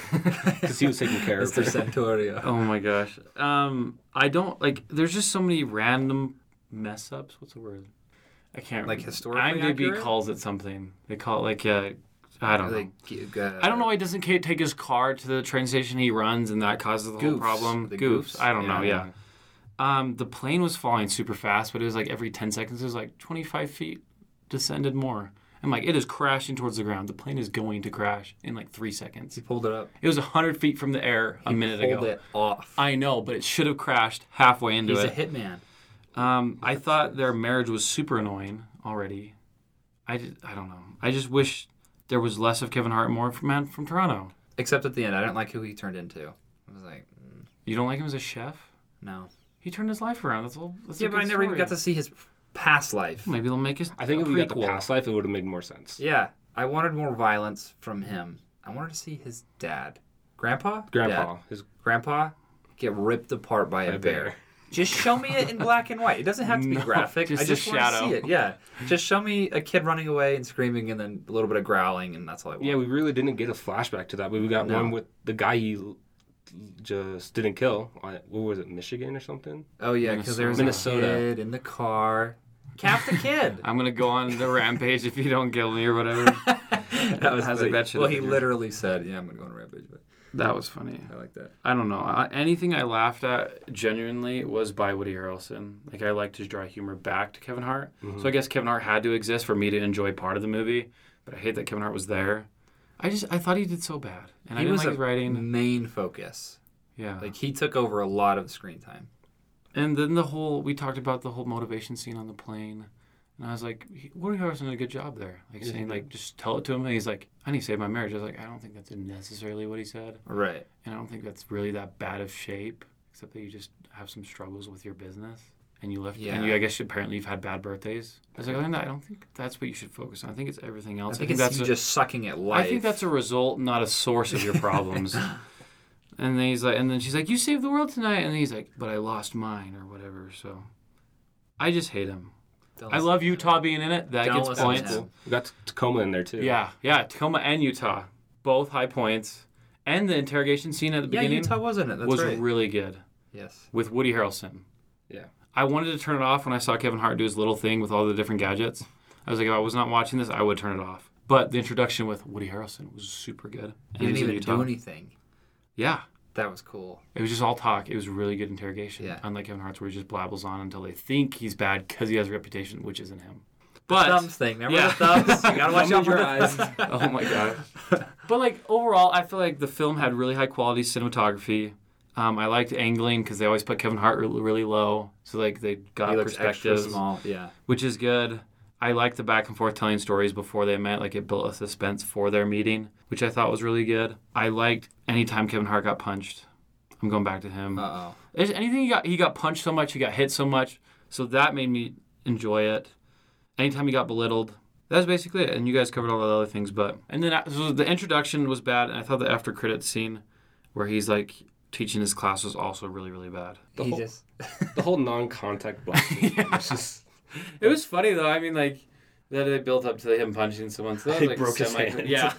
[SPEAKER 4] Because he was taking care of
[SPEAKER 3] Mr.
[SPEAKER 4] her.
[SPEAKER 3] Santorio.
[SPEAKER 2] oh my gosh. Um, I don't like. There's just so many random mess ups. What's the word? I can't.
[SPEAKER 3] Like
[SPEAKER 2] remember.
[SPEAKER 3] historically
[SPEAKER 2] IMDb
[SPEAKER 3] accurate?
[SPEAKER 2] calls it something. They call it like a. I don't know.
[SPEAKER 3] Like, uh,
[SPEAKER 2] I don't know why he doesn't ca- take his car to the train station he runs and that causes the whole
[SPEAKER 3] Goofs.
[SPEAKER 2] problem.
[SPEAKER 3] The
[SPEAKER 2] goofs.
[SPEAKER 3] goofs.
[SPEAKER 2] I don't
[SPEAKER 3] Oh, Yeah,
[SPEAKER 2] know, yeah. Um, the plane was falling super fast, but it was like every 10 seconds, it was like 25 feet descended more. I'm like, it is crashing towards the ground. The plane is going to crash in like three seconds.
[SPEAKER 3] He pulled it up.
[SPEAKER 2] It was 100 feet from the air a minute
[SPEAKER 3] Pulled
[SPEAKER 2] ago.
[SPEAKER 3] it off.
[SPEAKER 2] I know, but it should have crashed halfway into
[SPEAKER 3] He's
[SPEAKER 2] it.
[SPEAKER 3] a hitman.
[SPEAKER 2] Um, I thought their marriage was super annoying already. I, did, I don't know. I just wish there was less of Kevin Hart, and more from Man from Toronto.
[SPEAKER 3] Except at the end, I didn't like who he turned into. I was like, mm,
[SPEAKER 2] You don't like him as a chef?
[SPEAKER 3] no.
[SPEAKER 2] He turned his life around. That's all. That's a
[SPEAKER 3] Yeah, but
[SPEAKER 2] good
[SPEAKER 3] I never even
[SPEAKER 2] story.
[SPEAKER 3] got to see his past life.
[SPEAKER 2] Maybe they'll make us.
[SPEAKER 4] I think
[SPEAKER 2] a
[SPEAKER 4] if we got the
[SPEAKER 2] prequel.
[SPEAKER 4] past life, it would have made more sense.
[SPEAKER 3] Yeah, I wanted more violence from him. I wanted to see his dad, grandpa,
[SPEAKER 4] Grandpa,
[SPEAKER 3] Dad.
[SPEAKER 4] his
[SPEAKER 3] grandpa, get ripped apart by a
[SPEAKER 4] a
[SPEAKER 3] bear.
[SPEAKER 4] bear.
[SPEAKER 3] Just show me it in black and white. It doesn't have to be
[SPEAKER 2] No,
[SPEAKER 3] graphic.
[SPEAKER 2] just
[SPEAKER 3] I just
[SPEAKER 2] a
[SPEAKER 3] want to
[SPEAKER 2] shadow.
[SPEAKER 3] see it. Yeah, just show me a kid running away and screaming, and then a little bit of growling, and that's all I want.
[SPEAKER 4] Yeah, we really didn't get a flashback to that, but we got
[SPEAKER 3] No.
[SPEAKER 4] one with the guy he l- just didn't kill. On, what was it, Michigan or something?
[SPEAKER 3] Oh yeah, because there was
[SPEAKER 4] Minnesota.
[SPEAKER 3] a kid in the car. Cap the kid.
[SPEAKER 2] I'm gonna go on the rampage if you don't kill me or whatever.
[SPEAKER 3] that was
[SPEAKER 2] I was
[SPEAKER 3] funny.
[SPEAKER 2] like, that should've
[SPEAKER 3] well, he
[SPEAKER 2] been-
[SPEAKER 3] literally said, "Yeah, I'm gonna go on a rampage," but
[SPEAKER 2] that was funny.
[SPEAKER 3] I like that.
[SPEAKER 2] I don't know. I, anything I laughed at genuinely was by Woody Harrelson. Like I liked his dry humor back to Kevin Hart. So I guess Kevin Hart had to exist for me to enjoy part of the movie. But I hate that Kevin Hart was there. I just I thought he did so bad, and I
[SPEAKER 3] he
[SPEAKER 2] didn't
[SPEAKER 3] was
[SPEAKER 2] like
[SPEAKER 3] a
[SPEAKER 2] his writing.
[SPEAKER 3] main focus.
[SPEAKER 2] Yeah.
[SPEAKER 3] Like he took over a lot of the screen time.
[SPEAKER 2] And then the whole we talked about the whole motivation scene on the plane And I was like, he- Woody Harrelson did a good job there. Like saying, like, just tell it to him. And he's like, I need to save my marriage. I was like, I don't think that's necessarily what he said.
[SPEAKER 3] Right.
[SPEAKER 2] And I don't think that's really that bad of shape, except that you just have some struggles with your business. And you left, and you,
[SPEAKER 3] Yeah.
[SPEAKER 2] I guess, you- apparently you've had bad birthdays. I was like, "Other than that, I don't think that's what you should focus on. I think it's everything
[SPEAKER 3] I
[SPEAKER 2] else.
[SPEAKER 3] think, it's
[SPEAKER 2] that's
[SPEAKER 3] you
[SPEAKER 2] a-
[SPEAKER 3] just sucking at life.
[SPEAKER 2] I think that's a result, not a source of your problems. and then he's like, and then she's like, "You saved the world tonight," and he's like, "But I lost mine or whatever." So, I just hate him. I love Utah being in it. That
[SPEAKER 3] Don't
[SPEAKER 2] gets
[SPEAKER 3] listen to
[SPEAKER 2] points.
[SPEAKER 3] him.
[SPEAKER 4] We got Tacoma in there too.
[SPEAKER 2] Yeah, yeah. Tacoma and Utah, both high points. And the interrogation scene at the
[SPEAKER 3] Yeah,
[SPEAKER 2] beginning
[SPEAKER 3] Utah wasn't it? That's
[SPEAKER 2] was
[SPEAKER 3] right.
[SPEAKER 2] really good
[SPEAKER 3] yes.
[SPEAKER 2] with Woody Harrelson.
[SPEAKER 4] Yeah.
[SPEAKER 2] I wanted to turn it off when I saw Kevin Hart do his little thing with all the different gadgets. I was like, if I was not watching this, I would turn it off. But the introduction with Woody Harrelson was super good.
[SPEAKER 3] He
[SPEAKER 2] And it
[SPEAKER 3] didn't
[SPEAKER 2] was in
[SPEAKER 3] even
[SPEAKER 2] Utah.
[SPEAKER 3] do anything.
[SPEAKER 2] Yeah.
[SPEAKER 3] That was cool.
[SPEAKER 2] It was just all talk. It was really good interrogation.
[SPEAKER 3] Yeah.
[SPEAKER 2] Unlike Kevin Hart's, where he just blabbles on until they think he's bad because he has a reputation, which isn't him. But
[SPEAKER 3] thumbs thing. Remember
[SPEAKER 2] Yeah.
[SPEAKER 3] the thumbs? You gotta watch out
[SPEAKER 4] Thumb in
[SPEAKER 3] for
[SPEAKER 4] your
[SPEAKER 3] the
[SPEAKER 4] eyes.
[SPEAKER 2] oh my god. But like overall, I feel like the film had really high quality cinematography. Um, I liked angling because they always put Kevin Hart re- really low, so like they got
[SPEAKER 3] He looks extra
[SPEAKER 2] perspectives,
[SPEAKER 3] small. Yeah.
[SPEAKER 2] which is good. I liked the back and forth telling stories before they met. Like it built a suspense for their meeting, which I thought was really good. I liked anytime Kevin Hart got punched. I'm going back to him.
[SPEAKER 3] Uh oh.
[SPEAKER 2] Is anything he got he got punched so much, he got hit so much, so that made me enjoy it. Anytime he got belittled, that's basically it. And you guys covered all the other things, but and then I- so the introduction was bad, and I thought the after credit scene where he's like teaching his class was also really really bad.
[SPEAKER 4] The
[SPEAKER 3] He
[SPEAKER 4] whole,
[SPEAKER 3] just.
[SPEAKER 4] the whole non-contact black. yeah. It's just
[SPEAKER 2] It was funny though. I mean, like that they built up to him punching someone. So that
[SPEAKER 4] He like, broke his semi- hand. yeah.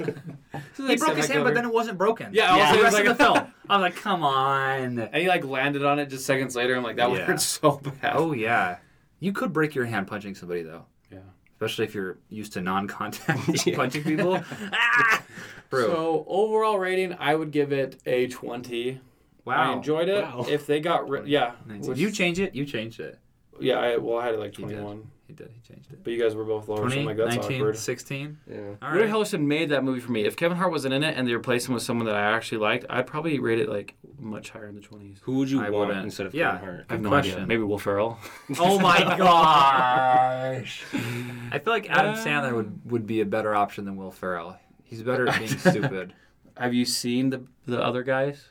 [SPEAKER 3] He broke his hand, but then it wasn't broken.
[SPEAKER 2] Yeah, also it
[SPEAKER 3] the
[SPEAKER 2] was
[SPEAKER 3] rest
[SPEAKER 2] like
[SPEAKER 3] of the film. I'm like, come on.
[SPEAKER 2] and he like landed on it just seconds later. I'm like, that
[SPEAKER 3] would Yeah. hurt
[SPEAKER 2] so bad.
[SPEAKER 3] Oh yeah. You could break your hand punching somebody though.
[SPEAKER 2] Yeah.
[SPEAKER 3] Especially if you're used to non-contact punching people. ah! Bro.
[SPEAKER 2] So overall rating, I would give it a twenty.
[SPEAKER 3] wow.
[SPEAKER 2] I enjoyed it.
[SPEAKER 4] Wow.
[SPEAKER 2] If they got rid, yeah,
[SPEAKER 3] Nineteen.
[SPEAKER 2] which-
[SPEAKER 3] you change it. You changed it.
[SPEAKER 2] yeah. I, well, I had it like
[SPEAKER 3] did.
[SPEAKER 2] twenty-one,
[SPEAKER 3] He did. He changed it.
[SPEAKER 2] but you guys were both lower, so
[SPEAKER 3] 20,
[SPEAKER 2] I'm like, that's
[SPEAKER 3] 19,
[SPEAKER 2] awkward.
[SPEAKER 3] 16.
[SPEAKER 4] yeah.
[SPEAKER 3] All
[SPEAKER 2] Woody
[SPEAKER 3] right.
[SPEAKER 2] Harrelson made that movie for me. If Kevin Hart wasn't in it and they replaced him with someone that I actually liked, I'd probably rate it like much higher in the twenties.
[SPEAKER 4] Who would you
[SPEAKER 3] I
[SPEAKER 4] want
[SPEAKER 3] wouldn't.
[SPEAKER 4] instead of
[SPEAKER 3] Yeah.
[SPEAKER 4] Kevin Hart?
[SPEAKER 2] I
[SPEAKER 3] Good
[SPEAKER 2] have no idea.
[SPEAKER 3] question.
[SPEAKER 2] Maybe Will Ferrell.
[SPEAKER 3] Oh my gosh. I feel like Adam
[SPEAKER 2] Uh,
[SPEAKER 3] Sandler would, would be a better option than Will Ferrell. He's better at being stupid.
[SPEAKER 2] Have you seen the the other guys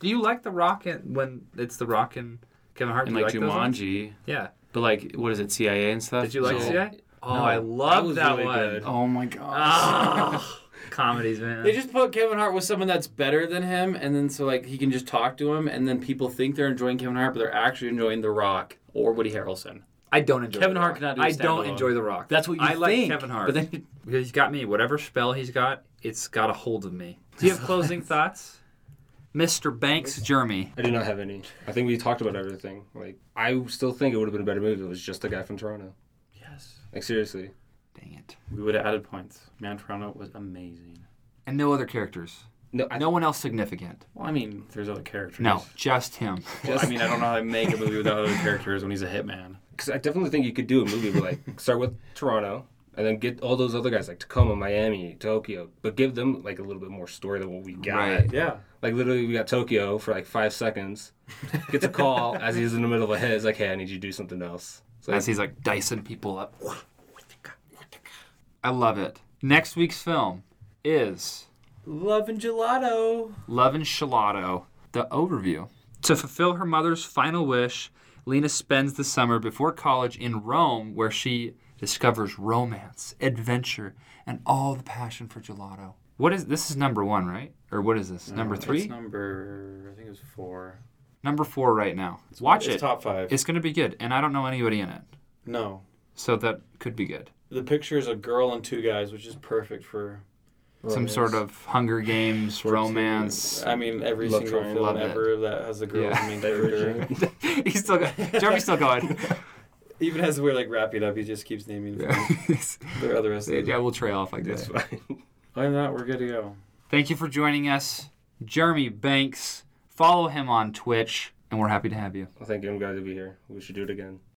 [SPEAKER 3] Do you like The Rock and when it's The Rock and Kevin Hart?
[SPEAKER 2] and
[SPEAKER 3] Do you
[SPEAKER 2] like,
[SPEAKER 3] those ones?
[SPEAKER 2] Jumanji?
[SPEAKER 3] Yeah.
[SPEAKER 2] But like, what is it? CIA and stuff.
[SPEAKER 3] Did you like
[SPEAKER 2] So-
[SPEAKER 3] CI? Oh,
[SPEAKER 2] No,
[SPEAKER 3] I
[SPEAKER 2] that
[SPEAKER 3] love
[SPEAKER 4] was
[SPEAKER 3] that,
[SPEAKER 4] really
[SPEAKER 3] one.
[SPEAKER 4] good.
[SPEAKER 2] Oh my gosh.
[SPEAKER 3] Ah, comedies, man.
[SPEAKER 2] They just put Kevin Hart with someone that's better than him, and then so like he can just talk to him, and then people think they're enjoying Kevin Hart, but they're actually enjoying The Rock or Woody Harrelson.
[SPEAKER 3] I don't enjoy
[SPEAKER 2] Kevin
[SPEAKER 3] The
[SPEAKER 2] Hart
[SPEAKER 3] Rock.
[SPEAKER 2] cannot do a
[SPEAKER 3] I don't
[SPEAKER 2] standalone.
[SPEAKER 3] enjoy The Rock.
[SPEAKER 2] That's what you
[SPEAKER 3] I like
[SPEAKER 2] think.
[SPEAKER 3] Kevin Hart.
[SPEAKER 2] But then
[SPEAKER 3] he's got me. Whatever spell he's got, it's got a hold of me. Do you have closing thoughts, Mr. Banks Jeremy?
[SPEAKER 4] I do not have any. I think we talked about everything. Like, I still think it would have been a better movie if it was just a guy from Toronto.
[SPEAKER 2] yes,
[SPEAKER 4] Like, seriously.
[SPEAKER 3] Dang it.
[SPEAKER 2] we would have added points. Manfrano was amazing.
[SPEAKER 3] And no other characters.
[SPEAKER 4] No, I,
[SPEAKER 3] No one else significant.
[SPEAKER 2] Well, I mean, there's other characters.
[SPEAKER 3] No, just him.
[SPEAKER 2] Well, I mean, I don't know how to make a movie without other characters when he's a hitman.
[SPEAKER 4] Because I definitely think you could do a movie where, like, start with Toronto and then get all those other guys, like Tacoma, Miami, Tokyo, but give them, like, a little bit more story than what we got.
[SPEAKER 3] Right.
[SPEAKER 2] Yeah.
[SPEAKER 4] Like, literally, we got Tokyo for, like, five seconds, gets a call as he's in the middle of a hit. It's like, hey, I need you to do something else. It's like,
[SPEAKER 3] As he's like dicing people up. I love it. Next week's film is
[SPEAKER 2] Love and Gelato.
[SPEAKER 3] Love and Shalato, the overview. To fulfill her mother's final wish, Lena spends the summer before college in Rome, where she discovers romance, adventure, and all the passion for gelato. What is this? Is number one, right? Or what is this? number three?
[SPEAKER 2] number, I think it was four.
[SPEAKER 3] number four right now. Watch
[SPEAKER 2] it's
[SPEAKER 3] it.
[SPEAKER 2] Top five.
[SPEAKER 3] It's going to be good, and I don't know anybody in it,
[SPEAKER 2] no.
[SPEAKER 3] so that could be good.
[SPEAKER 2] The picture is a girl and two guys, which is perfect for
[SPEAKER 3] Some sort of Hunger Games romance.
[SPEAKER 2] I mean every
[SPEAKER 4] Love
[SPEAKER 2] single
[SPEAKER 4] triangle.
[SPEAKER 2] film
[SPEAKER 3] Love it.
[SPEAKER 2] ever that has the girl as
[SPEAKER 3] Yeah.
[SPEAKER 2] the main character.
[SPEAKER 3] He's still going. Jeremy's still going.
[SPEAKER 2] Even as we're like wrapping up, he just keeps naming yeah. the other rest of
[SPEAKER 3] yeah,
[SPEAKER 2] them.
[SPEAKER 3] we'll trail off like this.
[SPEAKER 4] That's fine.
[SPEAKER 2] Other than that, we're good to go.
[SPEAKER 3] Thank you for joining us, Jeremy Banks. Follow him on Twitch, and we're happy to have you.
[SPEAKER 4] well, thank you. I'm glad to be here. We should do it again.